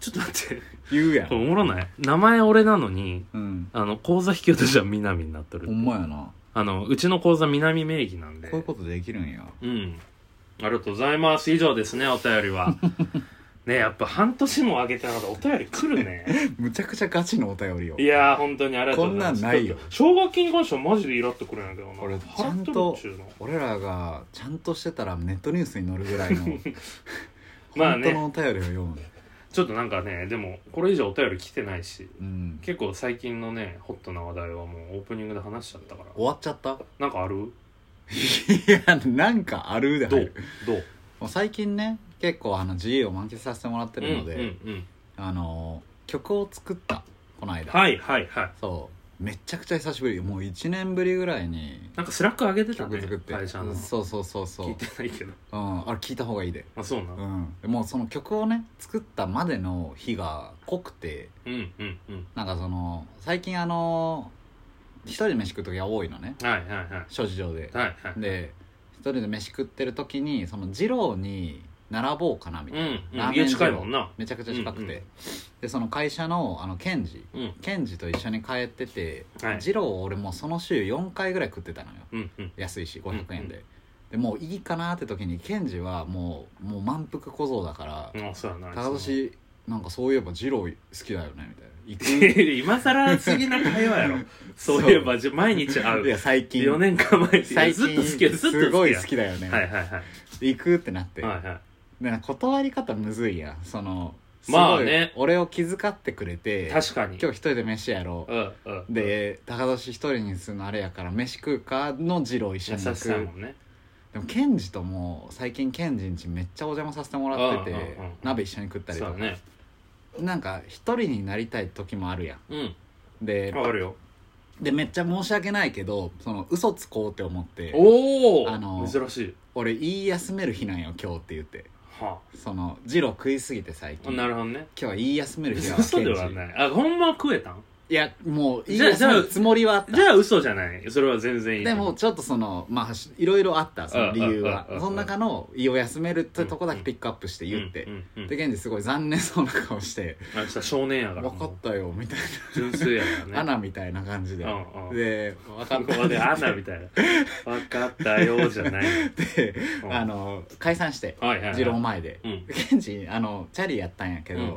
Speaker 1: ちょっと待って
Speaker 3: 言うやん
Speaker 1: これおもろない名前俺なのに
Speaker 3: うん
Speaker 1: あの口座引き落としはみなみになっとる
Speaker 3: ほんまやな
Speaker 1: あのうちの口座南名義なんで
Speaker 3: こういうことできるんや
Speaker 1: うん。ありがとうございます。以上ですね、お便り は。ねやっぱ半年もあげてなかったらお便り来るね。
Speaker 3: むちゃくちゃガチのお便りを
Speaker 1: いやー、本当にありがとうございます。
Speaker 3: こんなんないよ
Speaker 1: 奨学金に関してはマジでイラってくるんやけどな。
Speaker 3: 俺ちゃ
Speaker 1: 払
Speaker 3: ん
Speaker 1: っ
Speaker 3: と
Speaker 1: っちゅうの。
Speaker 3: 俺らがちゃんとしてたらネットニュースに載るぐ らいの
Speaker 1: まあ
Speaker 3: 本当
Speaker 1: ね
Speaker 3: のお便りを読む、
Speaker 1: ちょっとなんかね、でも、これ以上お便り来てないし、
Speaker 3: うん、
Speaker 1: 結構最近のね、ホットな話題はもうオープニングで話しちゃったから。
Speaker 3: 終わっちゃった
Speaker 1: なんかある
Speaker 3: いやなんかあるで
Speaker 1: ど
Speaker 3: 入
Speaker 1: う
Speaker 3: る
Speaker 1: どう
Speaker 3: もう最近ね結構あの自由を満喫させてもらってるので、
Speaker 1: うんうんうん。
Speaker 3: あの曲を作ったこの間、
Speaker 1: はいはいはい。
Speaker 3: そうめちゃくちゃ久しぶりもう1年ぶりぐらいに
Speaker 1: なんかスラック上げてた
Speaker 3: 曲
Speaker 1: ね
Speaker 3: 作っ。て、
Speaker 1: 会社の。
Speaker 3: そうそうそうそう、う
Speaker 1: 聞い
Speaker 3: ん、
Speaker 1: てないけど。
Speaker 3: あれ聞いた方がいいで、
Speaker 1: あ、そうな
Speaker 3: う
Speaker 1: の
Speaker 3: ん、でもうその曲をね作ったまでの日が濃くて
Speaker 1: うんうんうん。
Speaker 3: なんかその最近あの一人で飯食う時が多いのね
Speaker 1: はいはいはい。
Speaker 3: 諸事情で
Speaker 1: はいはい。
Speaker 3: で一人で飯食ってる時にその二郎に並ぼうかなみたいな、
Speaker 1: うん
Speaker 3: ラ
Speaker 1: う
Speaker 3: ー
Speaker 1: ん、
Speaker 3: メ
Speaker 1: 家
Speaker 3: ン二郎
Speaker 1: 近いもんな。
Speaker 3: めちゃくちゃ近くて、
Speaker 1: うんうん
Speaker 3: でその会社のあのケンジ
Speaker 1: うん。
Speaker 3: ケンジと一緒に帰ってて、
Speaker 1: はい。
Speaker 3: 二郎を俺もうその週4回ぐらい食ってたのよ
Speaker 1: うんうん。
Speaker 3: 安いし500円で、
Speaker 1: う
Speaker 3: でもういいかなって時にケンジはもうもう満腹小僧だから
Speaker 1: あ、そうや
Speaker 3: 「
Speaker 1: な。
Speaker 3: 高年なんかそういえば二郎好きだよね」みた いな行く
Speaker 1: 今更すぎな会話 やろ。そういえば、じゃ毎日会
Speaker 3: いや
Speaker 1: う。
Speaker 3: 最近
Speaker 1: 4年間前に。
Speaker 3: 最
Speaker 1: ずっ
Speaker 3: 近
Speaker 1: と好きや、ずっと好きや。
Speaker 3: すごい好きだよね、
Speaker 1: はいはいはい。
Speaker 3: 行くってなって、
Speaker 1: はいは
Speaker 3: なんか断り方むずいやんその
Speaker 1: まあね
Speaker 3: すごい俺を気遣ってくれて
Speaker 1: い。確かに。
Speaker 3: 今日一人で飯やろう
Speaker 1: うんうん。
Speaker 3: で高年一人にするのあれやから飯食うかの二郎一緒
Speaker 1: 優
Speaker 3: に
Speaker 1: し
Speaker 3: 行
Speaker 1: さや
Speaker 3: く
Speaker 1: もんね。
Speaker 3: でもケンジとも最近ケンジんちめっちゃお邪魔させてもらってて、
Speaker 1: うんうんうんうん
Speaker 3: 鍋一緒に食ったり
Speaker 1: そ
Speaker 3: と
Speaker 1: う
Speaker 3: か、
Speaker 1: だね。
Speaker 3: なんか一人になりたい時もあるや
Speaker 1: うん。
Speaker 3: んで
Speaker 1: わかるよ。
Speaker 3: でめっちゃ申し訳ないけどその嘘つこうって思って
Speaker 1: お
Speaker 3: あの
Speaker 1: お珍しい。
Speaker 3: 俺言い休める日なんよ今日って言って
Speaker 1: は
Speaker 3: その二郎食いすぎて最
Speaker 1: あ。
Speaker 3: 近
Speaker 1: なる
Speaker 3: 今
Speaker 1: ほどね。
Speaker 3: 日は言い休める日だわ
Speaker 1: 嘘では
Speaker 3: ケンジ
Speaker 1: ない。あ、ほんまは食えたん
Speaker 3: いやもう言い
Speaker 1: じゃあ
Speaker 3: 休めるつもりはあった
Speaker 1: じゃあ嘘じゃない。それは全然いい。
Speaker 3: でも、ちょっとそのまあいろいろあったその理由は
Speaker 1: うんうんうんうん
Speaker 3: その中の胃を休めるってとこだけピックアップして言って、
Speaker 1: うんうんうん
Speaker 3: で現地すごい残念そうな顔して
Speaker 1: あ明日少年や
Speaker 3: 「
Speaker 1: から。
Speaker 3: 分かったよ」みたい
Speaker 1: 純粋やからね。
Speaker 3: な、アナみたいな感じで、
Speaker 1: うんうん
Speaker 3: で分かっ
Speaker 1: ここで「アナ」みたいな「わかったよ」じゃない
Speaker 3: て、
Speaker 1: うん
Speaker 3: あの解散して
Speaker 1: はいはいはい
Speaker 3: 二郎前で、
Speaker 1: うん
Speaker 3: 現地あのチャリやったんやけど、
Speaker 1: うんうん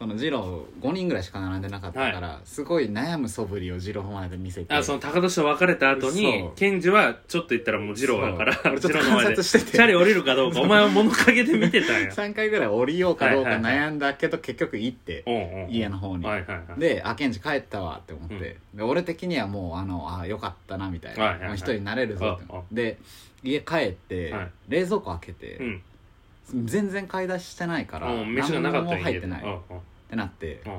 Speaker 3: その二郎5人ぐらいしか並んでなかったから、すごい悩む素振りを二郎前で見せて
Speaker 1: あその高田氏と別れた後に
Speaker 3: そう
Speaker 1: ケンジはちょっと言ったらもう二郎だから
Speaker 3: そう俺ちょっと
Speaker 1: 二郎の前
Speaker 3: 観
Speaker 1: で
Speaker 3: 察
Speaker 1: チ
Speaker 3: してて
Speaker 1: ャリ降りるかどうかお前は物陰で見てたんや
Speaker 3: 3回ぐらい降りようかどうか
Speaker 1: はいはいはい
Speaker 3: 悩んだけど、結局行って
Speaker 1: おんおん
Speaker 3: 家の方に、
Speaker 1: はいはいはい
Speaker 3: で「あケンジ帰ったわ」って思って、で俺的にはもうあのあよかったなみたいな、
Speaker 1: はいはいはい
Speaker 3: もう一人になれるぞって思ってで家帰って、
Speaker 1: はい
Speaker 3: 冷蔵庫開けて、
Speaker 1: うん
Speaker 3: 全然買い出ししてないから
Speaker 1: うん飯がなかった
Speaker 3: 何
Speaker 1: ら
Speaker 3: も入
Speaker 1: 家
Speaker 3: って
Speaker 1: で
Speaker 3: ない、
Speaker 1: うんう
Speaker 3: っ
Speaker 1: ん
Speaker 3: てなって
Speaker 1: うん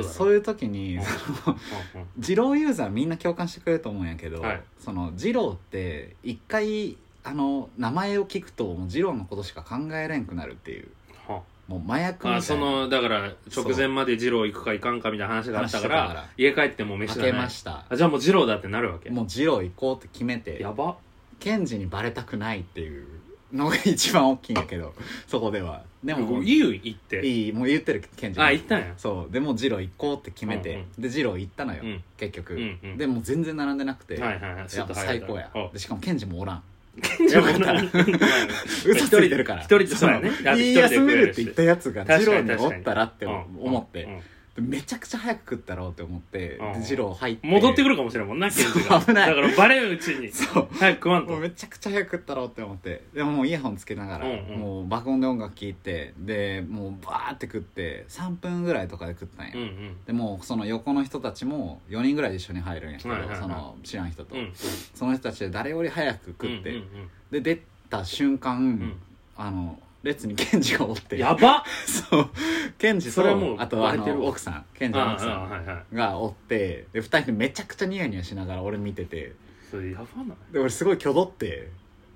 Speaker 1: 嘘
Speaker 3: う
Speaker 1: だろ
Speaker 3: そういう時に
Speaker 1: うん
Speaker 3: その
Speaker 1: うんうん
Speaker 3: 二郎ユーザーみんな共感してくれると思うんやけど、
Speaker 1: はい
Speaker 3: その二郎って一回あの名前を聞くともう二郎のことしか考えれんくなるっていう
Speaker 1: は
Speaker 3: もう麻薬みたいな
Speaker 1: あそのだから直前まで二郎行くか行かんかみたいな話があったから
Speaker 3: 話してたから
Speaker 1: 家帰ってもう飯
Speaker 3: 開
Speaker 1: が
Speaker 3: け
Speaker 1: な
Speaker 3: ま
Speaker 1: い
Speaker 3: した
Speaker 1: あじゃあもう二郎だってなるわけ
Speaker 3: もう二郎行こうって決めて
Speaker 1: やば
Speaker 3: ケンジにバレたくないっていうのが一番大きいんだけどそこではでも
Speaker 1: いいよ行って
Speaker 3: いいもう言ってるケンジ
Speaker 1: あ行ったんや
Speaker 3: そうでもうジロー行こうって決めて、
Speaker 1: うん
Speaker 3: でジロー行ったのよ、
Speaker 1: うん
Speaker 3: 結局、
Speaker 1: うんうん
Speaker 3: でもう全然並んでなくて、
Speaker 1: はいはいはい
Speaker 3: やっぱ最高やでしかもケンジもおらん
Speaker 1: 一
Speaker 3: や ばいな嘘ついてるから
Speaker 1: 一人でそうやね
Speaker 3: そ
Speaker 1: だっ
Speaker 3: の
Speaker 1: て
Speaker 3: 言
Speaker 1: 一
Speaker 3: い
Speaker 1: 人で
Speaker 3: 休
Speaker 1: 食
Speaker 3: め
Speaker 1: え
Speaker 3: る
Speaker 1: る
Speaker 3: っ
Speaker 1: して
Speaker 3: 言ったやつがジ
Speaker 1: 確
Speaker 3: ロ
Speaker 1: か
Speaker 3: ー
Speaker 1: に
Speaker 3: に
Speaker 1: 確
Speaker 3: お
Speaker 1: か
Speaker 3: っ
Speaker 1: に
Speaker 3: たらって思
Speaker 1: うん
Speaker 3: 思って、
Speaker 1: うんうん
Speaker 3: でめちゃくちゃ早く食ったろうって思って、
Speaker 1: うん
Speaker 3: でジロー入って
Speaker 1: 戻ってく
Speaker 3: る
Speaker 1: るかもしれんもんなケン
Speaker 3: そう
Speaker 1: ジが
Speaker 3: 危ない
Speaker 1: だからバレんうちに
Speaker 3: そう
Speaker 1: 早く食わんと
Speaker 3: もうめちゃくちゃ早く食ったろうって思ってでももうイヤホンつけながら、
Speaker 1: うんうん
Speaker 3: もう爆音で音楽聴いてでもうバーって食って3分ぐらいとかで食ったんや、
Speaker 1: うんうん
Speaker 3: でもうその横の人たちも4人ぐらいで一緒に入るんやけど、
Speaker 1: はいはいはい
Speaker 3: その知らん人と、
Speaker 1: うん
Speaker 3: その人たちで誰より早く食って、
Speaker 1: うん
Speaker 3: で出た瞬間、
Speaker 1: うんうん
Speaker 3: あの列にケンジがおっ
Speaker 1: う
Speaker 3: て
Speaker 1: んやばっ
Speaker 3: そうケンジ
Speaker 1: そ
Speaker 3: と
Speaker 1: れはもう
Speaker 3: あとあ
Speaker 1: バレてる
Speaker 3: の
Speaker 1: わ
Speaker 3: 奥さんケンジの奥さ
Speaker 1: ああはいはい
Speaker 3: んがおってで2人でめちゃくちゃニヤニヤしながら俺見てて
Speaker 1: それやばない
Speaker 3: で俺すごい挙動って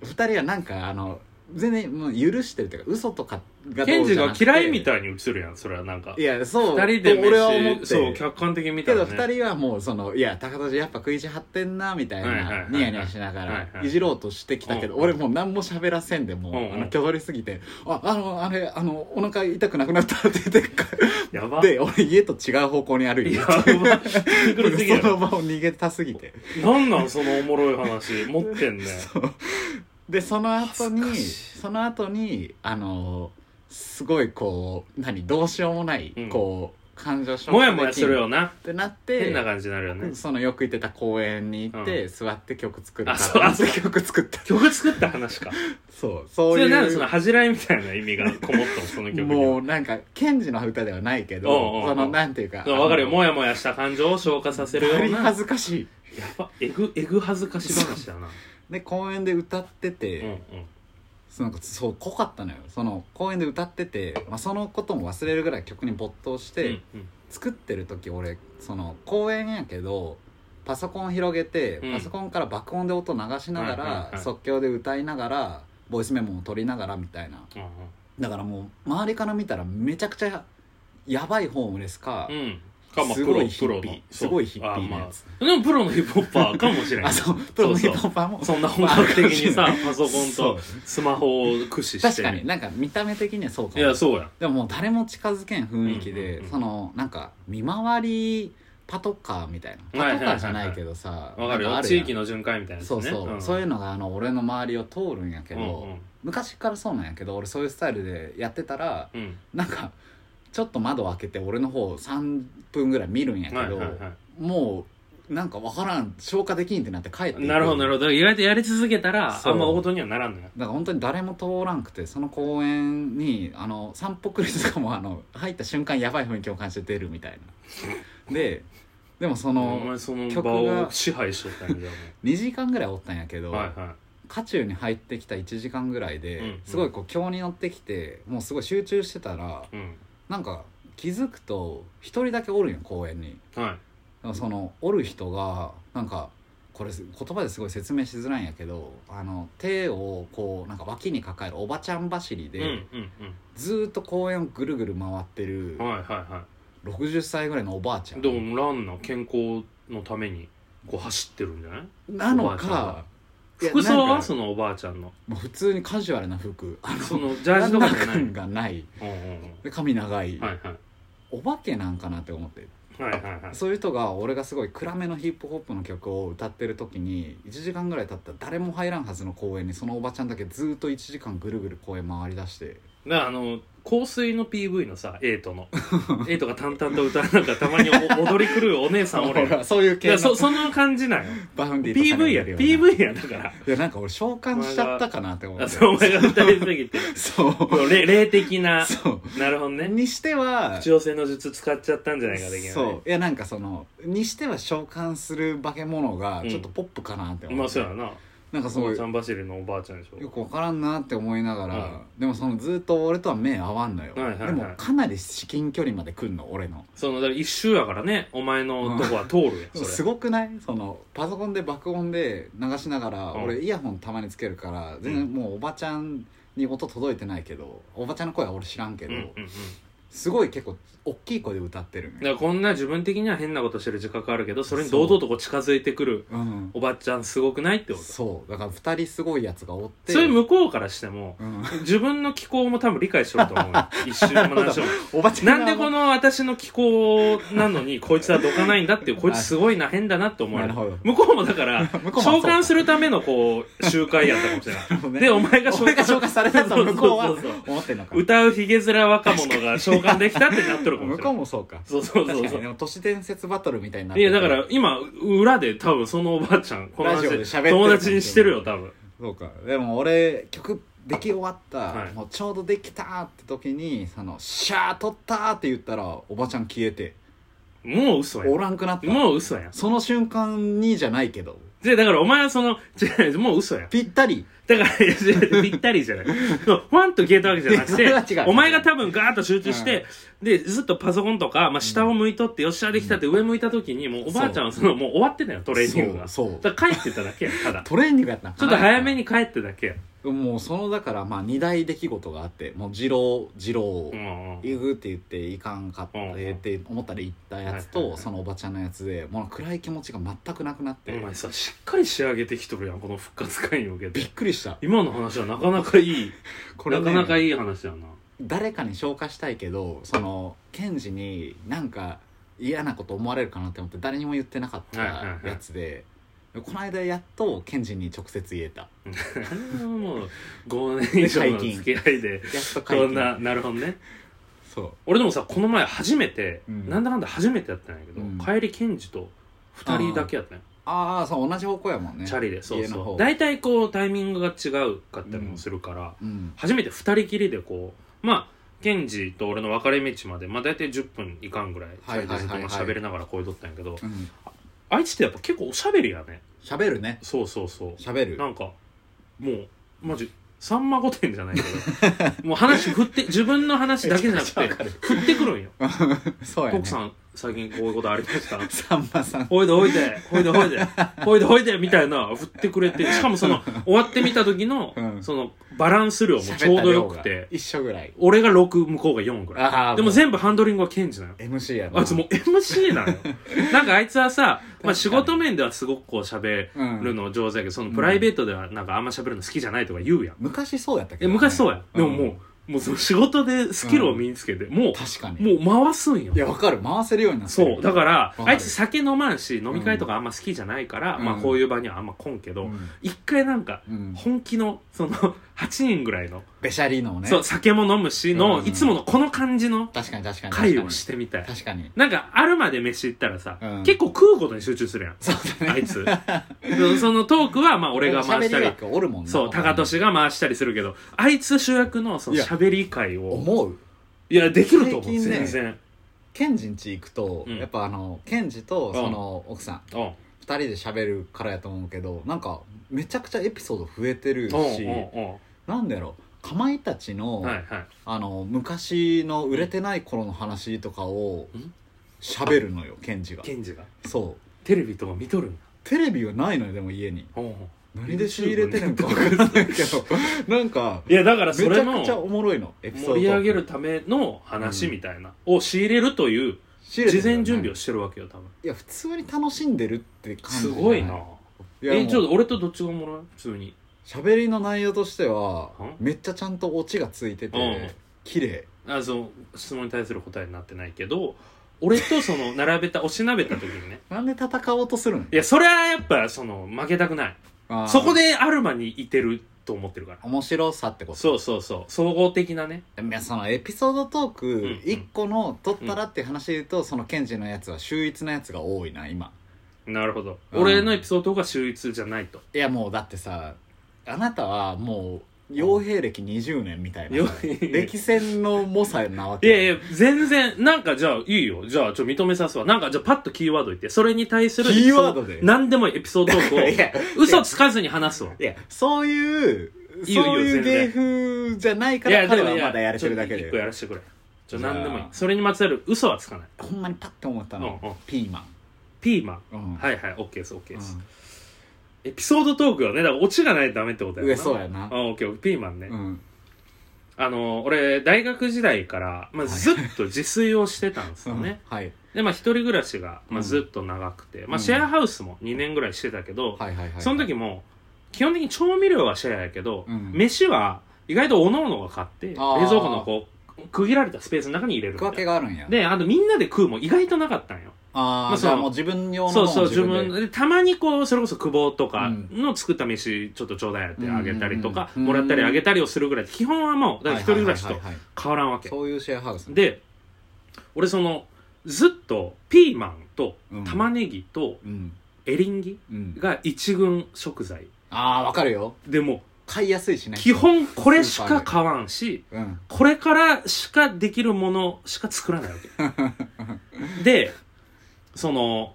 Speaker 3: 2人はなんかあの全然もう許してるっていうか嘘とかが
Speaker 1: ケンジが嫌いみ
Speaker 3: い
Speaker 1: たいに映るやんそれはなんか
Speaker 3: いやそう
Speaker 1: 二人で
Speaker 3: と俺は思
Speaker 1: 飯
Speaker 3: って
Speaker 1: そう客観的に見た
Speaker 3: けど
Speaker 1: らね
Speaker 3: 2人はもうそのいや高田氏やっぱ食い地張ってんなみたい
Speaker 1: はいはいはい
Speaker 3: な
Speaker 1: はい
Speaker 3: ニヤニヤしなが
Speaker 1: はいは
Speaker 3: ら
Speaker 1: い
Speaker 3: いじろうとしてきたけど
Speaker 1: うん
Speaker 3: 俺もう何も喋らせんでも
Speaker 1: う
Speaker 3: う
Speaker 1: んうん
Speaker 3: あの挙取りすぎて「ああのあれあのお腹痛くなくなった」って言って
Speaker 1: やば
Speaker 3: で俺家と違う方向に歩いて
Speaker 1: や ば来るすぎや
Speaker 3: その
Speaker 1: ろ
Speaker 3: 場を逃げたすぎて
Speaker 1: なんなんそのおもろい話持ってんね
Speaker 3: でその後
Speaker 1: 恥
Speaker 3: に
Speaker 1: ずかしい
Speaker 3: その後にあのすごいこう何どうしようもない、
Speaker 1: うん
Speaker 3: こう感情消
Speaker 1: も
Speaker 3: 化で
Speaker 1: や
Speaker 3: きん
Speaker 1: もやするよな
Speaker 3: ってなって
Speaker 1: 変な感じになるよね
Speaker 3: そのよく行ってた公園に行って、座って曲作る
Speaker 1: あそうあそう
Speaker 3: 曲作った
Speaker 1: 曲作った話か
Speaker 3: そう
Speaker 1: そ
Speaker 3: そう
Speaker 1: れ
Speaker 3: い
Speaker 1: なんかそうの恥じらいみたいな意味がこもったのその曲に
Speaker 3: もうなんかケンジの歌ではないけど
Speaker 1: おうおうおう
Speaker 3: そのなんていうか
Speaker 1: そうわかるよ
Speaker 3: あの
Speaker 1: もやもやした感情を消化させるよ
Speaker 3: よ
Speaker 1: う
Speaker 3: り
Speaker 1: なや
Speaker 3: 恥ずかしい
Speaker 1: ばえぐえぐ恥ずかし話だな
Speaker 3: で公園で歌ってて、
Speaker 1: うんうん
Speaker 3: そのなんかそう濃かったのよその公園で歌ってて、まあ、そのことも忘れるぐらい曲に没頭して、
Speaker 1: うんうん
Speaker 3: 作ってる時俺その公園やけどパソコン広げて、
Speaker 1: うん
Speaker 3: パソコンから爆音で音流しながら、
Speaker 1: はいはいはい
Speaker 3: 即興で歌いながらボイスメモを取りながらみたいなだからもう周りから見たらめちゃくちゃやばいホームレスか、
Speaker 1: うんうんかまあ
Speaker 3: す
Speaker 1: プ
Speaker 3: ご
Speaker 1: ロ
Speaker 3: いヒ
Speaker 1: プロ
Speaker 3: ッ
Speaker 1: の
Speaker 3: ピー
Speaker 1: そ
Speaker 3: す
Speaker 1: う
Speaker 3: ごいヒッ
Speaker 1: あ
Speaker 3: ピーな
Speaker 1: ま
Speaker 3: や
Speaker 1: あ
Speaker 3: つ
Speaker 1: でもプロのヒップホッパーかもしれ
Speaker 3: あ,、
Speaker 1: ない
Speaker 3: そうプロのヒップホッパーも
Speaker 1: そんな本格的に
Speaker 3: まあ
Speaker 1: さ
Speaker 3: ある
Speaker 1: パソコン
Speaker 3: そう
Speaker 1: とスマホを駆使して
Speaker 3: 確かになんか見た目的にはそうか
Speaker 1: い
Speaker 3: も
Speaker 1: やそうや
Speaker 3: でももう誰も近づけん雰囲気で、
Speaker 1: うんうんうん
Speaker 3: そのなんか見回りパトカーみたいな
Speaker 1: はいは
Speaker 3: パ
Speaker 1: い
Speaker 3: ト
Speaker 1: はい
Speaker 3: カ
Speaker 1: は
Speaker 3: ー
Speaker 1: い
Speaker 3: じゃないけどさ
Speaker 1: わかる
Speaker 3: なん
Speaker 1: よ
Speaker 3: あやん
Speaker 1: 地域の巡回みたいなやつ
Speaker 3: そ
Speaker 1: ね
Speaker 3: うそう、
Speaker 1: ん
Speaker 3: そういうのがあの俺の周りを通るんやけど、
Speaker 1: うん
Speaker 3: 昔からそうなんやけど俺そういうスタイルでやってたら
Speaker 1: うんうん
Speaker 3: なんかちょっと窓開けて俺の方3分ぐらい見るんやけど、
Speaker 1: はいはいは
Speaker 3: もうなんかわからん消化できんってなって帰っていく
Speaker 1: いなるほどなるほど意外とやり続けたら
Speaker 3: そ
Speaker 1: あ
Speaker 3: うん
Speaker 1: ま大事にはならんのや
Speaker 3: だから本当に誰も通らんくてその公園にあの散歩クリスとかもあの入った瞬間やばい雰囲気を感じて出るみたいなででも そ
Speaker 1: お
Speaker 3: の
Speaker 1: 前その
Speaker 3: 曲
Speaker 1: 場
Speaker 3: が
Speaker 1: を支配しとったんだよ
Speaker 3: 2時間ぐらいおったんやけど、
Speaker 1: もうはいは
Speaker 3: 渦中に入ってきた1時間ぐらいで、
Speaker 1: うんうん
Speaker 3: すごいこう興に乗ってきてもうすごい集中してたら
Speaker 1: いうん
Speaker 3: なんか気づくと1人だけおるんよ公園に
Speaker 1: はい
Speaker 3: でもそのおる人がなんかこれ言葉ですごい説明しづらいんやけどあの手をこうなんか脇に抱えるおばちゃん走りで、
Speaker 1: うんうんうん
Speaker 3: ずーっと公園をぐるぐる回ってる
Speaker 1: はいはいは
Speaker 3: 60歳ぐらいのおばあちゃ
Speaker 1: いで
Speaker 3: ん
Speaker 1: もランナー健康のためにこう走ってるんじゃない
Speaker 3: なの
Speaker 1: おばあちゃん
Speaker 3: か
Speaker 1: が
Speaker 3: いや
Speaker 1: 服装
Speaker 3: なん
Speaker 1: は
Speaker 3: か
Speaker 1: そのおばあちゃんの
Speaker 3: もう普通にカジュアルな服あ
Speaker 1: そ
Speaker 3: の
Speaker 1: のジャージとかじゃない
Speaker 3: 感がない
Speaker 1: うんうん
Speaker 3: で髪長い、
Speaker 1: うんはいはい
Speaker 3: お化けなんかなって思って
Speaker 1: はいはいはい
Speaker 3: そういう人が俺がすごい暗めのヒップホップの曲を歌ってる時に1時間ぐらい経ったら誰も入らんはずの公園にそのおばちゃんだけずーっと1時間ぐるぐる公園回りだして
Speaker 1: なあの香水の PV のさエイ トのエイトが淡々と歌うなんかたまにお踊り狂うお姉さん俺
Speaker 3: ほらそういう
Speaker 1: い
Speaker 3: 系
Speaker 1: やそ
Speaker 3: の
Speaker 1: その感じなんよ
Speaker 3: バウンディとか
Speaker 1: PV
Speaker 3: に
Speaker 1: や
Speaker 3: あるような
Speaker 1: PV やだ から
Speaker 3: いやなんか俺召喚しちゃったかなって思っ
Speaker 1: あ
Speaker 3: て
Speaker 1: そうお前が歌いすぎ て
Speaker 3: そう
Speaker 1: こう霊霊的な
Speaker 3: そう
Speaker 1: なるほどね
Speaker 3: にしては
Speaker 1: 調整の術使っちゃったんじゃないかできない
Speaker 3: そういやなんかそのにしては召喚する化け物が
Speaker 1: うん
Speaker 3: ちょっとポップかなって思
Speaker 1: まあ
Speaker 3: っ
Speaker 1: そ
Speaker 3: て、
Speaker 1: うやな
Speaker 3: なんか
Speaker 1: そ
Speaker 3: そうう
Speaker 1: 三走りのおばあちゃんでし
Speaker 3: よ
Speaker 1: ょ
Speaker 3: くわからんなって思いながら、
Speaker 1: は
Speaker 3: でもそのずっと俺とは目合わんのよ、
Speaker 1: はいはいはい
Speaker 3: でもかなり至近距離まで来んの俺の
Speaker 1: そのだから一周やからねお前のとこは通るやんそれ
Speaker 3: すごくないそのパソコンで爆音で流しながら、
Speaker 1: うん
Speaker 3: 俺イヤホンたまにつけるから全然もうおばちゃんに音届いてないけどおばちゃんの声は俺知らんけ
Speaker 1: うん
Speaker 3: ど、
Speaker 1: うんうん、だ
Speaker 3: すごい結構大きい声で歌ってる
Speaker 1: か
Speaker 3: のよ
Speaker 1: らこんな自分的には変なことしてる自覚あるけどそれに堂々とこう近づいてくる
Speaker 3: うん
Speaker 1: おばちゃんすごくないってこと
Speaker 3: そうだから2人すごいやつがおって
Speaker 1: それ向こうからしても
Speaker 3: うん
Speaker 1: 自分の気候も多分理解してると思 うよ一瞬の話を
Speaker 3: おばちゃ
Speaker 1: な
Speaker 3: ん
Speaker 1: んでこ
Speaker 3: の
Speaker 1: の私の気候なのにこいつはどかないんだっていうこいつすごいな変だなって思われる
Speaker 3: なるほど
Speaker 1: 向こうもだから
Speaker 3: 向こうもそ
Speaker 1: 召
Speaker 3: う
Speaker 1: 喚するためのこう集会やったかもしれない
Speaker 3: ほ どね
Speaker 1: でお前が召
Speaker 3: 俺が紹
Speaker 1: 喚
Speaker 3: 介されたと向こう は
Speaker 1: そうそうそう
Speaker 3: 思ってんのか
Speaker 1: 歌うヒゲ面若者が召喚できたってなっとるかも
Speaker 3: 向
Speaker 1: しれ
Speaker 3: こ
Speaker 1: な
Speaker 3: う
Speaker 1: い
Speaker 3: もそうか
Speaker 1: そうそう
Speaker 3: 確
Speaker 1: そう
Speaker 3: か
Speaker 1: そ
Speaker 3: にで
Speaker 1: う
Speaker 3: も都市伝説バトルみたいになっ
Speaker 1: い
Speaker 3: て
Speaker 1: や
Speaker 3: る
Speaker 1: だから今裏で多分そのおばあちゃんこの話
Speaker 3: ラジオで喋ってる
Speaker 1: 友達にしてるよ多分
Speaker 3: そうかでも俺曲でき終わった、
Speaker 1: はい
Speaker 3: もうちょうどできたって時にその「シャー取った!」って言ったらおばちゃん消えて
Speaker 1: もう嘘や
Speaker 3: おらんくなった
Speaker 1: もう嘘や
Speaker 3: その瞬間にじゃないけど
Speaker 1: でだからお前はその違うもう嘘や
Speaker 3: ぴったり
Speaker 1: だから、いや違うぴったりじゃない。そうファンと消えたわけじゃなく
Speaker 3: いやそ
Speaker 1: て
Speaker 3: れは、違う
Speaker 1: お前が多分ガーッと集中して、で、ずっとパソコンとか、まあ、下を向いとって、よっしゃ、できたって上向いた時に、もうおばあちゃんはその、もう終わってたよ、トレーニングが。
Speaker 3: そうそう
Speaker 1: だから帰ってただけや、ただ。
Speaker 3: トレーニングやったん
Speaker 1: ち
Speaker 3: か
Speaker 1: ょっ
Speaker 3: な
Speaker 1: と早めに帰ってただけや。
Speaker 3: もうそのだからまあ二大出来事があってもう二郎二郎
Speaker 1: うんうん。
Speaker 3: 行くって言っていかんかった、
Speaker 1: うんうん
Speaker 3: えーって思ったら行った
Speaker 1: は
Speaker 3: やつ
Speaker 1: いはいは
Speaker 3: と
Speaker 1: い
Speaker 3: そのおばちゃんのやつでもう暗い気持ちが全くなくなって、
Speaker 1: お前さ、しっかり仕上げてきとるやん、この復活会に向け。
Speaker 3: びってくりした
Speaker 1: 今の話はなかなかいい、
Speaker 3: これ、
Speaker 1: な
Speaker 3: ね、
Speaker 1: かなかいい話やな。
Speaker 3: 誰かに消化したいけどその検事になんか嫌なこと思われるかなって思って誰にも言ってなかった
Speaker 1: はいはいはい
Speaker 3: やつで、この間やっと検事に直接言えたや
Speaker 1: もう、5年以上の付き合いで、
Speaker 3: っと 解
Speaker 1: こ
Speaker 3: 禁
Speaker 1: んな、なるほどね。
Speaker 3: そ
Speaker 1: 俺でもさこの前初めて、
Speaker 3: うん
Speaker 1: なんだかんだ初めてやったんやけど、
Speaker 3: うん
Speaker 1: 帰り健二と2人だけやったんや
Speaker 3: うああそう同じ方向やもんね
Speaker 1: チャリでそう
Speaker 3: 家の
Speaker 1: そ
Speaker 3: 方
Speaker 1: う大体こうタイミングが違うかったりもするから、
Speaker 3: うん
Speaker 1: 初めて2人きりでこうまあ健二と俺の分かれ道まで、まあ、大体10分いかんぐらいチ
Speaker 3: はい
Speaker 1: ャ
Speaker 3: は
Speaker 1: リ
Speaker 3: いは
Speaker 1: で
Speaker 3: い
Speaker 1: ずっとまあ喋りながらこうとったんやけど、
Speaker 3: うん
Speaker 1: あいつってやっぱ結構おしゃべりやね
Speaker 3: 喋るね
Speaker 1: そうそうそう
Speaker 3: 喋る
Speaker 1: なんかもうマジさんま御殿じゃないけ どもう話振って自分の話だけじゃなくて
Speaker 3: めちゃくちゃわ
Speaker 1: 振ってくる んよ
Speaker 3: そうやね
Speaker 1: 徳さん最近こういうことありました
Speaker 3: さんまさん
Speaker 1: ほいでほいで、ほいでほい で、ほいでほいで、みたいな、振ってくれて、しかもその、終わってみた時の、
Speaker 3: うん
Speaker 1: その、バランス量もちょうどよく
Speaker 3: 喋った量が
Speaker 1: て、
Speaker 3: 一緒ぐらい
Speaker 1: 俺が6、向こうが4ぐらい。
Speaker 3: あー
Speaker 1: で
Speaker 3: も
Speaker 1: も
Speaker 3: う
Speaker 1: 全部ハンドリングはケンジなの。
Speaker 3: MC やな
Speaker 1: あいつもう MC なのよ。なんかあいつはさ、まあ
Speaker 3: 確かに
Speaker 1: 仕事面ではすごくこう喋るの上手だけど、そのプライベートではなんかあんま喋るの好きじゃないとか言うやん。
Speaker 3: 昔そうやったけ
Speaker 1: え、
Speaker 3: どね、
Speaker 1: 昔そうやん。でも
Speaker 3: う
Speaker 1: も
Speaker 3: ん
Speaker 1: う、もうその仕事でスキルを身につけて、も
Speaker 3: 確か
Speaker 1: う、
Speaker 3: に
Speaker 1: もう回すんよ
Speaker 3: い。やわかる回せるようになってる
Speaker 1: そう。だから、
Speaker 3: かる
Speaker 1: あいつ酒飲まんし、飲み会とかあんま好きじゃないから、
Speaker 3: うん
Speaker 1: まあこういう場にはあんま来んけ
Speaker 3: う
Speaker 1: ど、
Speaker 3: ん
Speaker 1: 一回なんか、
Speaker 3: うん
Speaker 1: 本気の、その、8人ぐらいの、
Speaker 3: べしゃりのをね
Speaker 1: そう、酒も飲むしの、
Speaker 3: うん
Speaker 1: いつものこの感じの
Speaker 3: 確かに確かに確
Speaker 1: 会
Speaker 3: か
Speaker 1: を
Speaker 3: に
Speaker 1: してみたい。
Speaker 3: 確かに
Speaker 1: なんか、あるまで飯行ったらさ、
Speaker 3: うん
Speaker 1: 結構食うことに集中するやん。
Speaker 3: そうだね
Speaker 1: あいつ。そそのトークは、まあ俺が回した
Speaker 3: 喋
Speaker 1: り、
Speaker 3: 役おるもんな
Speaker 1: そう、高俊
Speaker 3: 俊
Speaker 1: が回したりするけど、あいつ主役の、その
Speaker 3: いや
Speaker 1: 喋り会を、
Speaker 3: 思う
Speaker 1: いや、できると思う、
Speaker 3: 最近ね
Speaker 1: 全然。
Speaker 3: ケンジんち行くと、
Speaker 1: うん
Speaker 3: やっぱあのケンジと
Speaker 1: ん
Speaker 3: その奥さん
Speaker 1: うん。うん
Speaker 3: 二人で喋るからやと思うけどなんかめちゃくちゃエピソード増えてるし、
Speaker 1: うんうん。
Speaker 3: なんだろうかまいたちの,、
Speaker 1: はいはい。
Speaker 3: あの昔の売れてない頃の話とかを
Speaker 1: うん
Speaker 3: 喋るのよケンジが
Speaker 1: ケンジが。
Speaker 3: そう
Speaker 1: テレビとか見とるんだ。
Speaker 3: テレビがないのよでも家に
Speaker 1: おう
Speaker 3: 何で仕入れてるのか分かんないけどなんか
Speaker 1: いやだから
Speaker 3: め
Speaker 1: そ
Speaker 3: ち
Speaker 1: れ
Speaker 3: ゃ
Speaker 1: の
Speaker 3: くちゃおもろいのエピソード
Speaker 1: 盛り上げるための話みたいな、を仕入れるという
Speaker 3: 事
Speaker 1: 事前準備をしてるわけよ多分
Speaker 3: いや普通に楽しんでるって感じ
Speaker 1: す
Speaker 3: じゃ
Speaker 1: ごいない
Speaker 3: や
Speaker 1: えちょっ
Speaker 3: もう
Speaker 1: と俺とどっちがおもろい普通に
Speaker 3: 喋りの内容としては
Speaker 1: うん
Speaker 3: めっちゃちゃんとオチがついて
Speaker 1: うん
Speaker 3: て綺麗
Speaker 1: あその質問に対する答えになってないけど俺とそ の並べたおしなべた時にね
Speaker 3: なんで戦おうとするの
Speaker 1: いやそれはやっぱその負けたくない
Speaker 3: あー
Speaker 1: そこでアルマにいてると思ってるから
Speaker 3: 面白さってこと
Speaker 1: そうそうそう総合的なね
Speaker 3: いやそのエピソードトーク
Speaker 1: んうん
Speaker 3: 1個の取ったらっていう話で言うと、そのケンジのやつは秀逸なやつが多いな今
Speaker 1: なるほど、
Speaker 3: うん
Speaker 1: 俺のエピソードが秀逸じゃないと
Speaker 3: いやもうだってさあなたはもう傭兵歴20年みたいな
Speaker 1: 傭
Speaker 3: さ
Speaker 1: 兵
Speaker 3: 歴戦の猛者なわ
Speaker 1: い
Speaker 3: け
Speaker 1: やいや全然なんかじゃあいいよじゃあちょっと認めさすわなんかじゃあパッとキーワード言ってそれに対する
Speaker 3: キーワード
Speaker 1: エピソ
Speaker 3: で
Speaker 1: 何でもいいエピソードトーク
Speaker 3: いや
Speaker 1: を嘘つかずに話すわ
Speaker 3: いやそういう
Speaker 1: いいよ
Speaker 3: そうい
Speaker 1: いいうよ全
Speaker 3: 芸
Speaker 1: 然
Speaker 3: 風じゃないから彼はまだやれてるだけ
Speaker 1: ちょっと一個や
Speaker 3: で
Speaker 1: らせてくれちょ
Speaker 3: じゃあ
Speaker 1: 何でもいいそれにまつわる嘘はつかない
Speaker 3: ほんまにパッて思ったの、
Speaker 1: うんうん
Speaker 3: ピーマン
Speaker 1: ピーマン、
Speaker 3: うん
Speaker 1: はいはい OK です OK
Speaker 3: う
Speaker 1: です、
Speaker 3: ん
Speaker 1: エピソードトークはねだからオチがないとダメってことや
Speaker 3: いやそうやな
Speaker 1: あ OK ピーマンね、
Speaker 3: うん
Speaker 1: あの俺大学時代から、まあ、ずっと自炊をしてたんですよね、
Speaker 3: うんはい
Speaker 1: でまあ一人暮らしが、ま
Speaker 3: うん
Speaker 1: あ、ずっと長くて、ま
Speaker 3: うん
Speaker 1: あ、シェアハウスも2年ぐらいしてたけど、
Speaker 3: はいはいはい
Speaker 1: その時も基本的に調味料はシェアやけど、
Speaker 3: うん
Speaker 1: 飯は意外とおのおのが買って冷
Speaker 3: あー
Speaker 1: 蔵庫のこう区切られたスペースの中に入れるみ
Speaker 3: 区
Speaker 1: たいな
Speaker 3: 分けがあるんや
Speaker 1: であとみんなで食うも意外となかったんよ
Speaker 3: あ
Speaker 1: ま
Speaker 3: あ
Speaker 1: あ
Speaker 3: じゃあ
Speaker 1: その
Speaker 3: もう自分用の
Speaker 1: そう
Speaker 3: も
Speaker 1: そう
Speaker 3: のを
Speaker 1: 自分でたまにこうそれこそ久保とか
Speaker 3: うん
Speaker 1: の作った飯ちょっとちょうだいってあげたりとか、
Speaker 3: うん
Speaker 1: もらったりあげたりをするぐらいで基本はもうだから一人暮らし
Speaker 3: はい
Speaker 1: と
Speaker 3: はいはいはい
Speaker 1: 変わらんわけ
Speaker 3: そういうシェアハウスね
Speaker 1: で俺そのずっとピーマンと
Speaker 3: うん
Speaker 1: 玉ねぎと
Speaker 3: うん
Speaker 1: エリンギ
Speaker 3: うん
Speaker 1: が一軍食材
Speaker 3: ああわかるよ
Speaker 1: でも
Speaker 3: 買いやすいしね
Speaker 1: 基本これしか買わんし
Speaker 3: うん
Speaker 1: これからしかできるものしか作らないわ けでその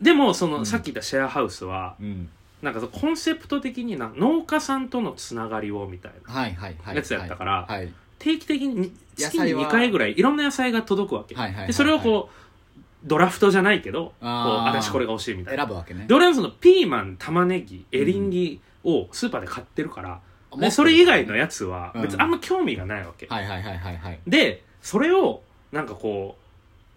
Speaker 1: でもその、
Speaker 3: うん
Speaker 1: さっき言ったシェアハウスは
Speaker 3: うん
Speaker 1: なんかそのコンセプト的にな農家さんとのつながりをみたいな
Speaker 3: はいはいはい
Speaker 1: やつやったから
Speaker 3: はい
Speaker 1: 定期的にに
Speaker 3: 野
Speaker 1: 月に
Speaker 3: 菜は
Speaker 1: 2回ぐらいいろんな野菜が届くわけ
Speaker 3: はいはいはいはい
Speaker 1: でそれをこうドラフトじゃないけどこう
Speaker 3: あー
Speaker 1: 私これが欲しいみたいな
Speaker 3: 選ぶわけね
Speaker 1: で俺はそのピーマン玉ねぎエリンギをスーパーで買ってるから、
Speaker 3: 持って
Speaker 1: で
Speaker 3: る
Speaker 1: それ以外のやつは
Speaker 3: うん
Speaker 1: 別にあんま興味がないわけ、
Speaker 3: はいはいはいはいはい
Speaker 1: でそれをなんかこう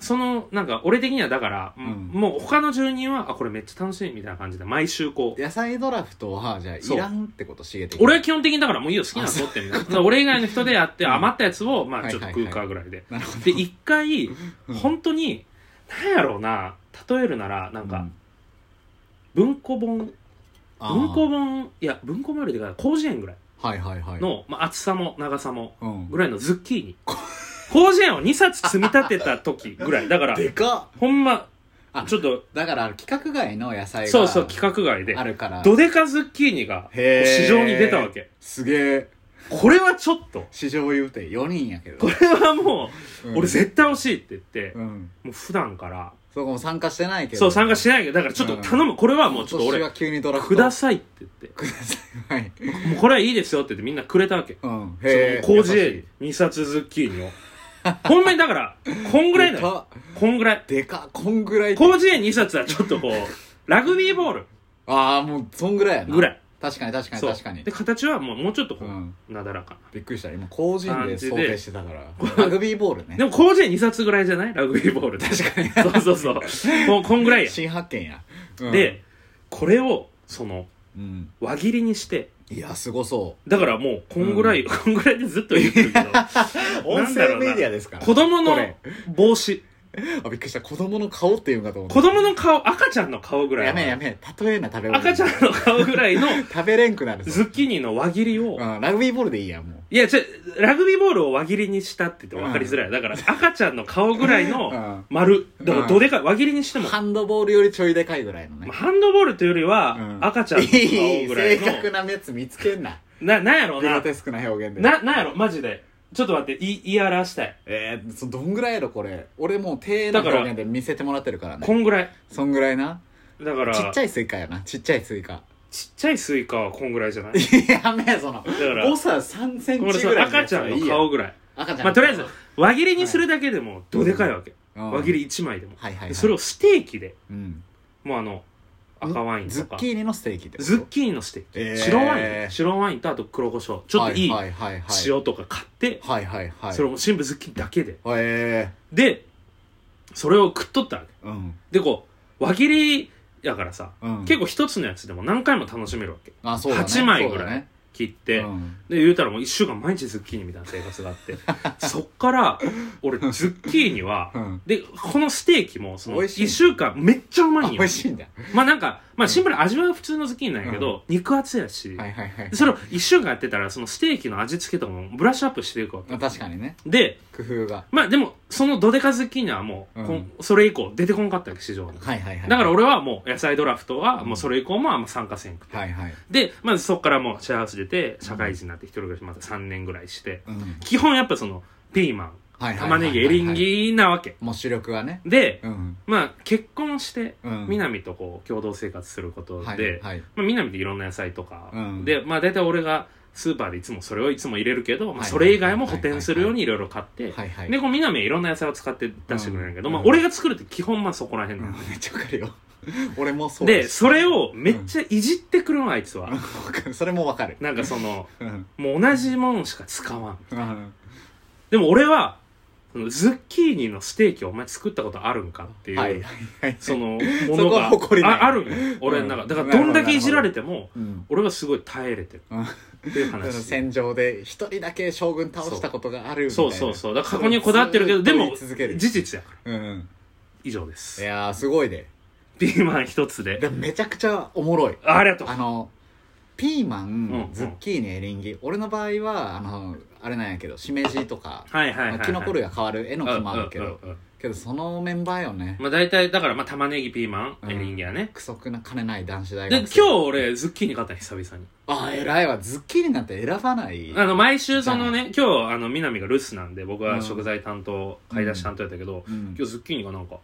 Speaker 1: そのなんか俺的にはだから、
Speaker 3: ん
Speaker 1: もう他の住人はあこれめっちゃ楽しいみたいな感じで毎週こう
Speaker 3: 野菜ドラフトはじゃあい
Speaker 1: そう
Speaker 3: らんってことしげて
Speaker 1: 俺は基本的にだからもういいよ好きなの取ってみたいなだから俺以外の人でやって
Speaker 3: うん
Speaker 1: 余ったやつをま
Speaker 3: は
Speaker 1: あ
Speaker 3: い
Speaker 1: ち
Speaker 3: は
Speaker 1: ょっ
Speaker 3: いは
Speaker 1: と
Speaker 3: い
Speaker 1: 食うかぐらいで
Speaker 3: なるほど
Speaker 1: で一回
Speaker 3: うん
Speaker 1: 本当になんやろうな例えるならなん
Speaker 3: う
Speaker 1: か文庫本
Speaker 3: あー
Speaker 1: 文庫本いや文庫本よりでかい広辞苑ぐらい
Speaker 3: はいはいはい
Speaker 1: の、まあ、厚さも長さも
Speaker 3: うん
Speaker 1: ぐらいのズッキーニ広辞苑を2冊積み立てた時ぐらいだから
Speaker 3: でかっ
Speaker 1: ほんま
Speaker 3: あ
Speaker 1: ちょっと
Speaker 3: だからあの規格外の野菜が
Speaker 1: そうそう規格外で
Speaker 3: あるから
Speaker 1: どでかズッキーニが
Speaker 3: へー
Speaker 1: 市場に出たわけ
Speaker 3: すげえ
Speaker 1: これはちょっと
Speaker 3: 市場言うて4人やけど
Speaker 1: これはも
Speaker 3: う
Speaker 1: うん俺絶対欲しいって言って
Speaker 3: うん
Speaker 1: もう普段から
Speaker 3: そこも参加してないけど
Speaker 1: そう参加しないけどだからちょっと頼むこれはもうちょっと
Speaker 3: 今年
Speaker 1: 俺
Speaker 3: は急にドラフ
Speaker 1: く
Speaker 3: ト
Speaker 1: ださいって言って
Speaker 3: くださいはい
Speaker 1: もうこれはいいですよって言ってみんなくれたわけ。
Speaker 3: うん
Speaker 1: その、広辞苑2冊ズッキーニを。ほんまにだから、こんぐらいだ
Speaker 3: で
Speaker 1: よ。
Speaker 3: か
Speaker 1: こんぐらい。
Speaker 3: でかこんぐらい
Speaker 1: 広辞苑2冊はちょっとこう、ラグビーボール
Speaker 3: ああもうそんぐらいやな
Speaker 1: ぐらい。
Speaker 3: 確かに確かに
Speaker 1: そう
Speaker 3: 確かに
Speaker 1: で、形はもうもうちょっと
Speaker 3: う
Speaker 1: こう、
Speaker 3: ん
Speaker 1: なだらか
Speaker 3: びっくりした今個人で
Speaker 1: 感じ
Speaker 3: 想
Speaker 1: で
Speaker 3: 定してたからラグビーボールね
Speaker 1: な。でも広辞苑2冊ぐらいじゃないラグビーボール確かに。 そうそうそう。こうこんぐらいや。
Speaker 3: 新発見や、うん、
Speaker 1: で、これを、その、
Speaker 3: うん
Speaker 1: 輪切りにして、
Speaker 3: いやすごそ
Speaker 1: だからもう、こんぐらい、こんぐらいでずっと言ってるけど、
Speaker 3: う
Speaker 1: な
Speaker 3: 音
Speaker 1: んだろうな
Speaker 3: 声メディアですから
Speaker 1: 子供の
Speaker 3: これ
Speaker 1: 帽子、
Speaker 3: あびっくりした子供の顔っていうんかと思った
Speaker 1: 子供の顔、赤ちゃんの顔ぐらいは。
Speaker 3: やめえやめえ例えな食べ物
Speaker 1: 赤ちゃんの顔ぐらいの
Speaker 3: 食べれんくなるぞ
Speaker 1: ズッキーニの輪切りを、
Speaker 3: うん、ラグビーボールでいいやんもう
Speaker 1: いや、ちょ、ラグビーボールを輪切りにしたって言っても分かりづらい。だから、赤ちゃんの顔ぐらい
Speaker 3: うん
Speaker 1: の丸。だから、どでかい。輪切りにしても、
Speaker 3: ハンドボールよりちょいでかいぐらいのね
Speaker 1: まあハンドボールというより
Speaker 3: うん
Speaker 1: は、赤ちゃんの顔
Speaker 3: いい
Speaker 1: ぐらい
Speaker 3: 正
Speaker 1: の。
Speaker 3: 確なやつ見つけんな
Speaker 1: な、なんやろう
Speaker 3: グロ
Speaker 1: な。
Speaker 3: テスクな表現で
Speaker 1: な、なんやろ、マジで。ちょっと待って、い、言い表したい。
Speaker 3: えー、そどんぐらいやろこれ俺もう低な
Speaker 1: だから
Speaker 3: 表現で見せてもらってるからね
Speaker 1: こんぐらい。
Speaker 3: そんぐらいな
Speaker 1: だから、
Speaker 3: ちっちゃ
Speaker 1: い。
Speaker 3: いスイカやなちっちゃいスイカ
Speaker 1: ちっちゃいスイカはこんぐらいじゃない
Speaker 3: やめえその
Speaker 1: から
Speaker 3: 誤差3センチ
Speaker 1: これその
Speaker 3: ぐらい
Speaker 1: 赤ちゃん
Speaker 3: い
Speaker 1: の
Speaker 3: いや
Speaker 1: 顔ぐらい。
Speaker 3: 赤ちゃん
Speaker 1: まあ、とりあえず、輪切りにするだけでも、どでかいわけ。輪切
Speaker 3: り
Speaker 1: り1枚でも。
Speaker 3: はいはい、はい、
Speaker 1: でそれ
Speaker 3: を、
Speaker 1: をステーキで。
Speaker 3: うん、
Speaker 1: もうあの赤ワイン
Speaker 3: ズ
Speaker 1: と
Speaker 3: ッ
Speaker 1: か
Speaker 3: キーニのステーキってこと
Speaker 1: ズッキーニのステー
Speaker 3: えー
Speaker 1: キ白ワインね白ワインとあと黒胡椒ちょっといい
Speaker 3: はいはいはい、はい、
Speaker 1: 塩とか買って
Speaker 3: はいはいはい
Speaker 1: それも全部ズッキーニだけで
Speaker 3: え
Speaker 1: でそれを食っとったわけ
Speaker 3: えうん
Speaker 1: でこう輪切りやからさ
Speaker 3: うん
Speaker 1: 結構一つのやつでも何回も楽しめるわけ
Speaker 3: あそうだね
Speaker 1: 8枚
Speaker 3: そうだね
Speaker 1: 切って
Speaker 3: うん
Speaker 1: で言うたらもう1週間毎日ズッキーニみたいな生活があって そっから俺ズッキーニは
Speaker 3: うん
Speaker 1: でこのステーキもその
Speaker 3: 美味しい
Speaker 1: 1週間めっちゃうま
Speaker 3: あ
Speaker 1: いん
Speaker 3: 美
Speaker 1: よ
Speaker 3: 味しいんだ
Speaker 1: まあなんかまあシンプルに味は普通のズッキーニなんやけど、肉厚やし、
Speaker 3: はいはいはい
Speaker 1: それを一週間やってたらそのステーキの味付けとかもブラッシュアップしていくわけ
Speaker 3: まあ確かにね
Speaker 1: で
Speaker 3: 工夫が
Speaker 1: まあでもそのドデカズッキーニはもう、こんそれ以降出てこんかったわけ市場に
Speaker 3: はいはいはい
Speaker 1: だから俺はもう野菜ドラフトはもうそれ以降もあんま参加せんくて、
Speaker 3: はいはい
Speaker 1: でまずそこからもうシェアハウス出て社会人になって一人暮らしまた3年ぐらいして
Speaker 3: うん
Speaker 1: 基本やっぱそのピーマン
Speaker 3: はいはいはいはい
Speaker 1: 玉ねぎエリンギなわけ
Speaker 3: もう主力はね
Speaker 1: で
Speaker 3: うん
Speaker 1: まあ結婚して
Speaker 3: うん
Speaker 1: 南とこう共同生活すること
Speaker 3: はい
Speaker 1: で、
Speaker 3: はい
Speaker 1: まあ、南っていろんな野菜とか、
Speaker 3: うん
Speaker 1: でまあ大体俺がスーパーでいつもそれをいつも入れるけど、まあ、
Speaker 3: はい
Speaker 1: それ以外も補填するようにいろいろ買って、
Speaker 3: はいはい
Speaker 1: でこう南はいろんな野菜を使って出してくれるんやけど、
Speaker 3: うん
Speaker 1: まあ、俺が作るって基本まあそこら辺
Speaker 3: う
Speaker 1: なんの、
Speaker 3: めっちゃわかるよ 俺もそう
Speaker 1: で
Speaker 3: し
Speaker 1: それをめっちゃいじってくるのあいつは、
Speaker 3: わかるそれもわかる
Speaker 1: なんかその
Speaker 3: うん
Speaker 1: もう同じものしか使わん
Speaker 3: うん
Speaker 1: でも俺はそのズッキーニのステーキをお前作ったことあるんかっていう、
Speaker 3: はいはいはい
Speaker 1: そ のも
Speaker 3: そ
Speaker 1: の
Speaker 3: こ
Speaker 1: が
Speaker 3: は誇りない
Speaker 1: ああるんよ俺の中、
Speaker 3: うん
Speaker 1: だからどんだけいじられても
Speaker 3: うん
Speaker 1: 俺はすごい耐えれてる
Speaker 3: うん
Speaker 1: っていう
Speaker 3: その
Speaker 1: 話
Speaker 3: 戦場で一人だけ将軍倒したことがあるみたい
Speaker 1: そ
Speaker 3: な
Speaker 1: うそうそうだから過去にはこだわってるけど
Speaker 3: ず
Speaker 1: で
Speaker 3: っと言
Speaker 1: も
Speaker 3: い続ける
Speaker 1: 事実やから
Speaker 3: うん
Speaker 1: 以上で
Speaker 3: い
Speaker 1: す
Speaker 3: やーすごいね
Speaker 1: ピーマン一つで
Speaker 3: でもめちゃくちゃおもろい
Speaker 1: ありがとう
Speaker 3: あのピーマ
Speaker 1: う
Speaker 3: ン
Speaker 1: ん
Speaker 3: ズッキーニエリンギ俺の場合はあのあれなんやけどしめじとか
Speaker 1: はいはいはい、はい、
Speaker 3: キノコ類が変わるえのきもあるけ
Speaker 1: うんうん
Speaker 3: ど
Speaker 1: うんうん
Speaker 3: けどそのメンバーよね
Speaker 1: まあ大体だからまあ玉ねぎピーマンエリンギやね、
Speaker 3: くそくな金ない男子大
Speaker 1: で今
Speaker 3: 学生
Speaker 1: 日俺ズッキーニ買ったの久々に
Speaker 3: あ偉いわズッキーニなんて選ばない
Speaker 1: あの毎週そのね今日あの南が留守なんで僕は食材担当、
Speaker 3: うん
Speaker 1: 買い出し担当やったけど、
Speaker 3: うん
Speaker 1: 今日ズッキーニがなんか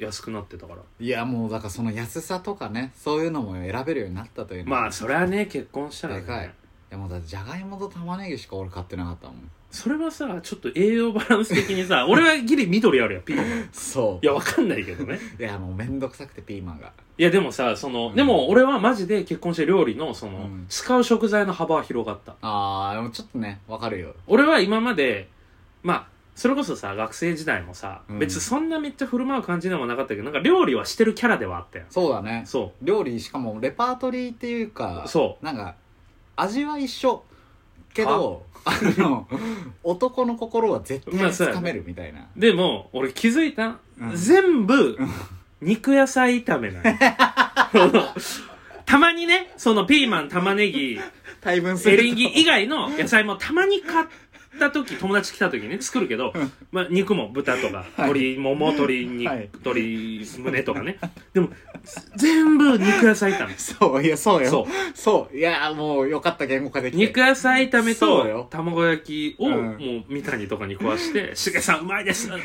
Speaker 1: 安くなってたから
Speaker 3: いやもうだからその安さとかねそういうのも選べるようになったというの
Speaker 1: まあそれはね結婚したらね
Speaker 3: でかいいやもうだってじゃがいもと玉ねぎしか俺買ってなかったもん
Speaker 1: それはさちょっと栄養バランス的にさ 俺はギリ緑あるやんピーマン い
Speaker 3: そう
Speaker 1: やわかんないけどね
Speaker 3: いやもうめんどくさくてピーマンが
Speaker 1: いやでもさその、でも俺はマジで結婚して料理のその、
Speaker 3: うん
Speaker 1: 使う食材の幅は広がった
Speaker 3: あーでもちょっとねわかるよ
Speaker 1: 俺は今までまあそれこそさ学生時代もさ、
Speaker 3: うん
Speaker 1: 別にそんなめっちゃ振る舞う感じでもなかったけどなんか料理はしてるキャラではあったよ
Speaker 3: そうだね
Speaker 1: そ
Speaker 3: 料理しかもレパートリーっていうか
Speaker 1: そ
Speaker 3: なんか味は一緒けどあの 男の心は絶
Speaker 1: まあ
Speaker 3: 対
Speaker 1: そうや
Speaker 3: つ
Speaker 1: ね
Speaker 3: かめるみたいな、
Speaker 1: うでも俺気づいた、
Speaker 3: うん
Speaker 1: 全部肉野菜炒めなんよそ のたまにねそのピーマン玉ねぎ
Speaker 3: 大分す
Speaker 1: エ
Speaker 3: ると
Speaker 1: リンギ以外の野菜もたまに買った時友達来た時にね作るけど、まあ、肉も豚とか鶏もも鶏肉、
Speaker 3: はい
Speaker 1: 鶏胸とかねでもす全部肉野菜炒め
Speaker 3: そういやそうよ
Speaker 1: そ
Speaker 3: そういやもうよかった言語化できて
Speaker 1: 肉野菜炒め
Speaker 3: そう
Speaker 1: と
Speaker 3: よ
Speaker 1: 卵焼きを
Speaker 3: うん
Speaker 1: もう三谷とかに壊 して「しげさんうまいです」っつっ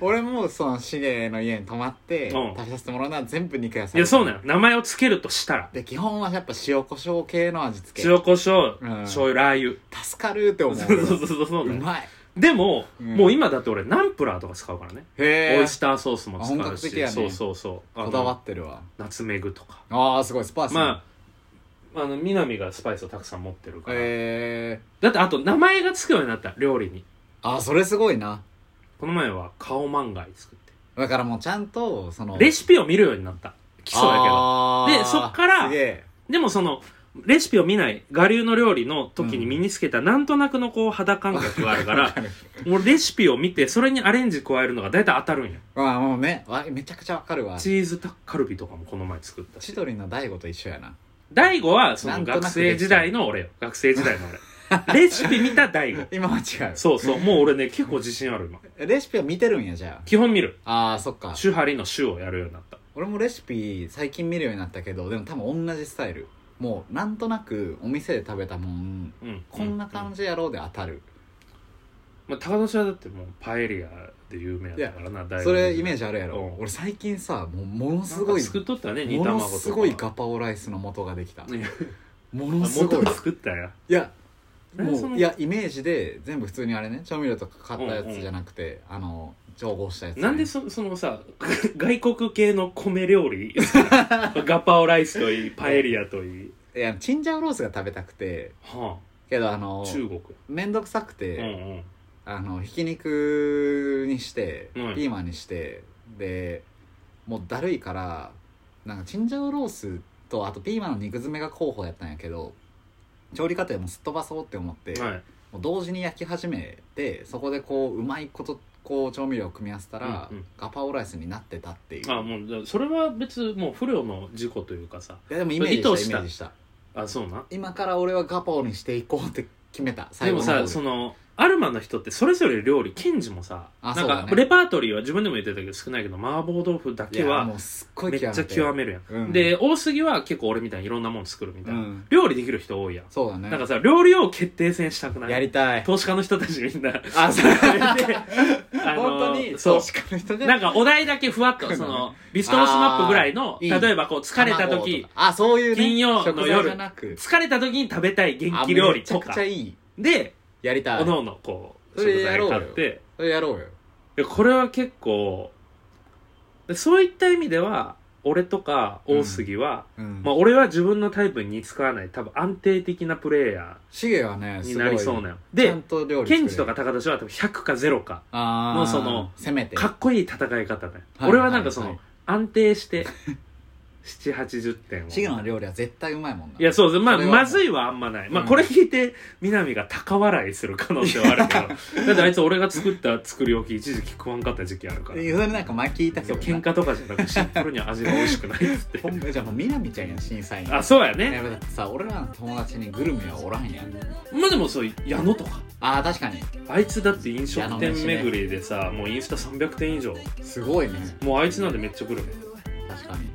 Speaker 3: 俺もそのシゲの家に泊まっ
Speaker 1: う
Speaker 3: て
Speaker 1: ん
Speaker 3: 食べさせてもらうのは全部肉野
Speaker 1: て
Speaker 3: 菜
Speaker 1: いやそうなんよ名前を付けるとしたら
Speaker 3: で基本はやっぱ塩コショウ系の味付け
Speaker 1: 塩コショウ
Speaker 3: うん
Speaker 1: 醤油ラー
Speaker 3: 助かるって思う
Speaker 1: 油そうそうそうそう
Speaker 3: う
Speaker 1: なんよ
Speaker 3: まい
Speaker 1: でも、
Speaker 3: うん
Speaker 1: もう今だって俺ナンプラーとか使うからね、
Speaker 3: へ
Speaker 1: オ
Speaker 3: え
Speaker 1: イスターソースも使
Speaker 3: あ本
Speaker 1: う
Speaker 3: 格
Speaker 1: し、
Speaker 3: 的やね
Speaker 1: そうそうそうあの
Speaker 3: こだわってるわ
Speaker 1: ナツメグとか
Speaker 3: ああすごいスパイス
Speaker 1: まああの南がスパイスをたくさん持ってるから、
Speaker 3: ええ
Speaker 1: だってあと名前がつくようになった料理に
Speaker 3: ああそれすごいな
Speaker 1: この前は顔マンガイ作って
Speaker 3: だからもうちゃんとその
Speaker 1: レシピを見るようになった基礎だけど
Speaker 3: あー
Speaker 1: でそっから
Speaker 3: すげえ
Speaker 1: でもそのレシピを見ない我流の料理の時に身につけたなんとなくのこう肌感覚がある から、もうレシピを見てそれにアレンジ加えるのが大体当たるんや
Speaker 3: まあもうねわめちゃくちゃわかるわ
Speaker 1: チーズタッカルビとかもこの前作ったし
Speaker 3: 千鳥の大悟と一緒やな
Speaker 1: 大悟はそ
Speaker 3: な
Speaker 1: の
Speaker 3: んとなく
Speaker 1: 学生時代の俺よ学生時代の 俺レシピ見た大悟
Speaker 3: 今は違う
Speaker 1: そうそうもう俺ね結構自信ある今
Speaker 3: レシピを見てるんやじゃ
Speaker 1: 基本見る
Speaker 3: ああーそっか
Speaker 1: 手張りの手をやるようになった
Speaker 3: 俺もレシピ最近見るようになったけどでも多分同じスタイルもうなんとなくお店で食べたもん
Speaker 1: うん
Speaker 3: こんな感
Speaker 1: じ、
Speaker 3: じやろうで当たる、
Speaker 1: まあ、高年はだってもうパエリアで有名やったからな大
Speaker 3: それイメー
Speaker 1: ジ
Speaker 3: ジあるやろ、
Speaker 1: うん
Speaker 3: 俺最近さもうものす
Speaker 1: す
Speaker 3: ご
Speaker 1: ご
Speaker 3: い
Speaker 1: い作っとったね煮
Speaker 3: も
Speaker 1: 卵
Speaker 3: の
Speaker 1: とか
Speaker 3: すごいガパオライスの素ができた
Speaker 1: いや
Speaker 3: も
Speaker 1: あ
Speaker 3: の すごい
Speaker 1: 元作ったや
Speaker 3: いや
Speaker 1: 何そ
Speaker 3: も
Speaker 1: の
Speaker 3: ういやイメージで全部普通にあれね調味料とか買ったやつじゃなくて、あの調合したやつね、
Speaker 1: なんでそそのさ 外国系の米料理 ガパオライスといいパエリアといい、
Speaker 3: いやチンジャオロースが食べたくて
Speaker 1: は
Speaker 3: けどあ
Speaker 1: あ、
Speaker 3: の
Speaker 1: 中国
Speaker 3: 面倒くさく
Speaker 1: うん
Speaker 3: て、
Speaker 1: うん
Speaker 3: あのひき肉にして、
Speaker 1: うん
Speaker 3: ピーマンにしてでもうだるいからなんかチンジャオロースとあとピーマンの肉詰めが候補やったんやけど調理過程もすっ飛ばそうって思って、
Speaker 1: はい
Speaker 3: もう同時に焼き始めてそこでこううまいことこう調味料を組み合わせたら、
Speaker 1: うんうん
Speaker 3: ガパオライスになってたっていう
Speaker 1: あもうそれは別もう不慮の事故というかさ
Speaker 3: いやでもイメージした
Speaker 1: 意図した
Speaker 3: イメージした
Speaker 1: あそうな
Speaker 3: 今から俺はガパオにしていこうって決めた
Speaker 1: でも
Speaker 3: の方
Speaker 1: さそのアルマの人ってそれぞれ料理ケンジもさ
Speaker 3: あ
Speaker 1: なん
Speaker 3: そうだ
Speaker 1: か
Speaker 3: ね
Speaker 1: レパートリーは自分でも言ってたけど少ないけど麻婆豆腐だ
Speaker 3: い
Speaker 1: け
Speaker 3: や
Speaker 1: は
Speaker 3: もうすっごい
Speaker 1: めっちゃ極めるやん、
Speaker 3: うん
Speaker 1: で大杉は結構俺みたいにいろんなもの作るみた
Speaker 3: う
Speaker 1: いな、
Speaker 3: ん
Speaker 1: 料理できる人多いやん、
Speaker 3: そうだね
Speaker 1: なんかさ料理を決定戦したくない
Speaker 3: やりたい
Speaker 1: 投資家の人たちみんな
Speaker 3: あ そう
Speaker 1: あの
Speaker 3: 本当に
Speaker 1: そう
Speaker 3: 投資家の人じゃ
Speaker 1: なんかお題だけふわっとそのビストロスマップぐらいの
Speaker 3: あーいい
Speaker 1: 例えばこう疲れた
Speaker 3: 卵と
Speaker 1: 時
Speaker 3: かあそういう、ね、
Speaker 1: 金曜の夜
Speaker 3: 食材じゃなく
Speaker 1: 疲れた時に食べたい元
Speaker 3: あ
Speaker 1: 気料理と
Speaker 3: めちゃ
Speaker 1: か
Speaker 3: くちゃいい
Speaker 1: で
Speaker 3: やりた
Speaker 1: お
Speaker 3: い
Speaker 1: のおのこう
Speaker 3: それ
Speaker 1: 食材
Speaker 3: や
Speaker 1: 買
Speaker 3: ろ
Speaker 1: っ
Speaker 3: う
Speaker 1: て
Speaker 3: それやろうよ
Speaker 1: いやこれは結構でそういった意味では俺とか大杉は、
Speaker 3: うん
Speaker 1: まあ、俺は自分のタイプに似つかわない多分安定的なプレイヤ
Speaker 3: シゲはね
Speaker 1: ー
Speaker 3: す
Speaker 1: に
Speaker 3: ごい
Speaker 1: なりそうなよ
Speaker 3: ちゃ
Speaker 1: で
Speaker 3: んと料理
Speaker 1: ケ
Speaker 3: 作れる
Speaker 1: ンジとか高田氏は多分100か0か
Speaker 3: あー
Speaker 1: のその
Speaker 3: せめて
Speaker 1: かっこいい戦い方だよ、
Speaker 3: はい
Speaker 1: 俺はなんかその、
Speaker 3: はいは
Speaker 1: 安定して780点を
Speaker 3: シゲの料理は絶対うまいもんない
Speaker 1: やそうですまあ
Speaker 3: それは
Speaker 1: まずいはあんまない、まあ
Speaker 3: うん
Speaker 1: これ聞いて南が高笑いする可能性はあるけど だってあいつ俺が作った作り置き一時期食わんかった時期あるから
Speaker 3: いやそれなんか前聞いたけ
Speaker 1: そう
Speaker 3: ど
Speaker 1: 喧
Speaker 3: 嘩
Speaker 1: 嘩とかじゃなくシンプルに味が美味しくないっつって
Speaker 3: ほんじゃあもうみなみちゃんやん審査員
Speaker 1: あそうや
Speaker 3: い
Speaker 1: ね
Speaker 3: やだってさ俺らの友達にグルメはおらんやん
Speaker 1: まあでもそう矢野とか
Speaker 3: あー確かに
Speaker 1: あいつだって飲食店巡りでさもうインスタ300点以上
Speaker 3: すごいね
Speaker 1: もうあいつなんでめっちゃグルメ
Speaker 3: 確かに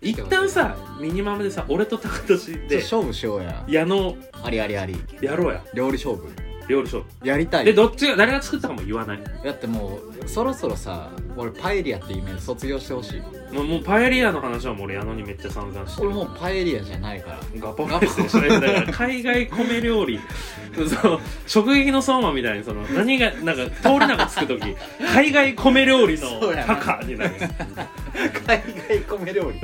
Speaker 1: 一旦さミニマムでさ俺と高俊
Speaker 3: ちょ
Speaker 1: で
Speaker 3: 勝負しようや
Speaker 1: 矢野
Speaker 3: ありありあり
Speaker 1: やろうや
Speaker 3: 料理勝負
Speaker 1: 料理勝負
Speaker 3: やりたい
Speaker 1: でどっちが誰が作ったかも言わない
Speaker 3: だってもうそろそろさ俺パエリアってイメージ卒業してほしい
Speaker 1: もうもうパエリアの話はもう俺矢野にめっちゃ散々して
Speaker 3: 俺
Speaker 1: る
Speaker 3: もうパエリアじゃないから
Speaker 1: ガパオライスでしたねだから海外米料理そう食撃の相馬みたいにその何がなんか通りなんかつく時海外米料理の
Speaker 3: そうやな
Speaker 1: タカになる
Speaker 3: 海外米料理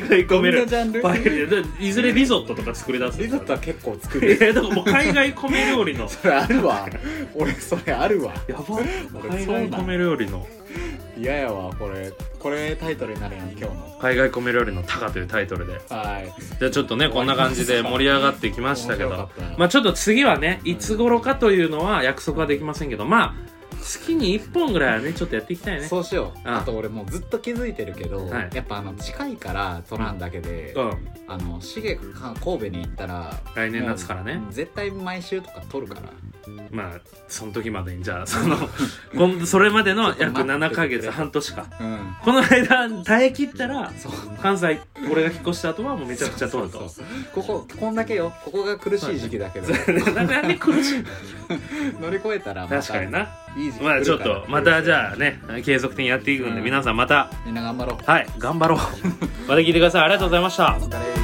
Speaker 1: 海外
Speaker 3: どん
Speaker 1: 米料
Speaker 3: な
Speaker 1: 理
Speaker 3: ジャンル
Speaker 1: パエリアでいずれリゾットとか作り出す
Speaker 3: リゾットは結構作
Speaker 1: い
Speaker 3: る
Speaker 1: やだからもう海外米料理の
Speaker 3: それあるわ俺それあるわ
Speaker 1: やば
Speaker 3: 俺
Speaker 1: 海
Speaker 3: そうな
Speaker 1: 外
Speaker 3: ん
Speaker 1: 米料理の
Speaker 3: 嫌やわこれこれタイトルになるやん今日の
Speaker 1: 海外米料理のタカというタイトルで
Speaker 3: はい
Speaker 1: じゃあちょっとねこんな感じで盛り上がってきましたけ
Speaker 3: 面
Speaker 1: ど
Speaker 3: 白かった
Speaker 1: まあちょっと次はねいつ頃かというのは約束はできませんけどまあ月に1本ぐらいはねちょっとやっていきたいね
Speaker 3: そうしよう、
Speaker 1: ん
Speaker 3: あと俺もうずっと気づいてるけど、
Speaker 1: はい
Speaker 3: やっぱあの近いからトランだけで、
Speaker 1: うん
Speaker 3: あのシゲが神戸に行ったら
Speaker 1: 来年夏からね
Speaker 3: もう絶対毎週とか撮るから
Speaker 1: まあその時までにじゃあその こんそれまでの
Speaker 3: ちょっ
Speaker 1: 約
Speaker 3: と待
Speaker 1: 7
Speaker 3: って
Speaker 1: ヶ月半年か
Speaker 3: うん
Speaker 1: この間耐え切ったら
Speaker 3: そう
Speaker 1: 関西俺が引っ越した後はもうめちゃくちゃ通ると
Speaker 3: そうそうそうこここんだけよここが苦しい時期だけど、
Speaker 1: なんでなんで苦 しいの
Speaker 3: 乗り越えたらまた
Speaker 1: 確かにない
Speaker 3: い時期
Speaker 1: まあ
Speaker 3: 来
Speaker 1: ちょ
Speaker 3: る
Speaker 1: っ
Speaker 3: から
Speaker 1: とまたじゃあね継続的にやっていくんで
Speaker 3: うん
Speaker 1: 皆さんまた
Speaker 3: みんな頑張ろう
Speaker 1: はい頑張ろうまた聞いてくださいありがとうございました
Speaker 3: お疲れ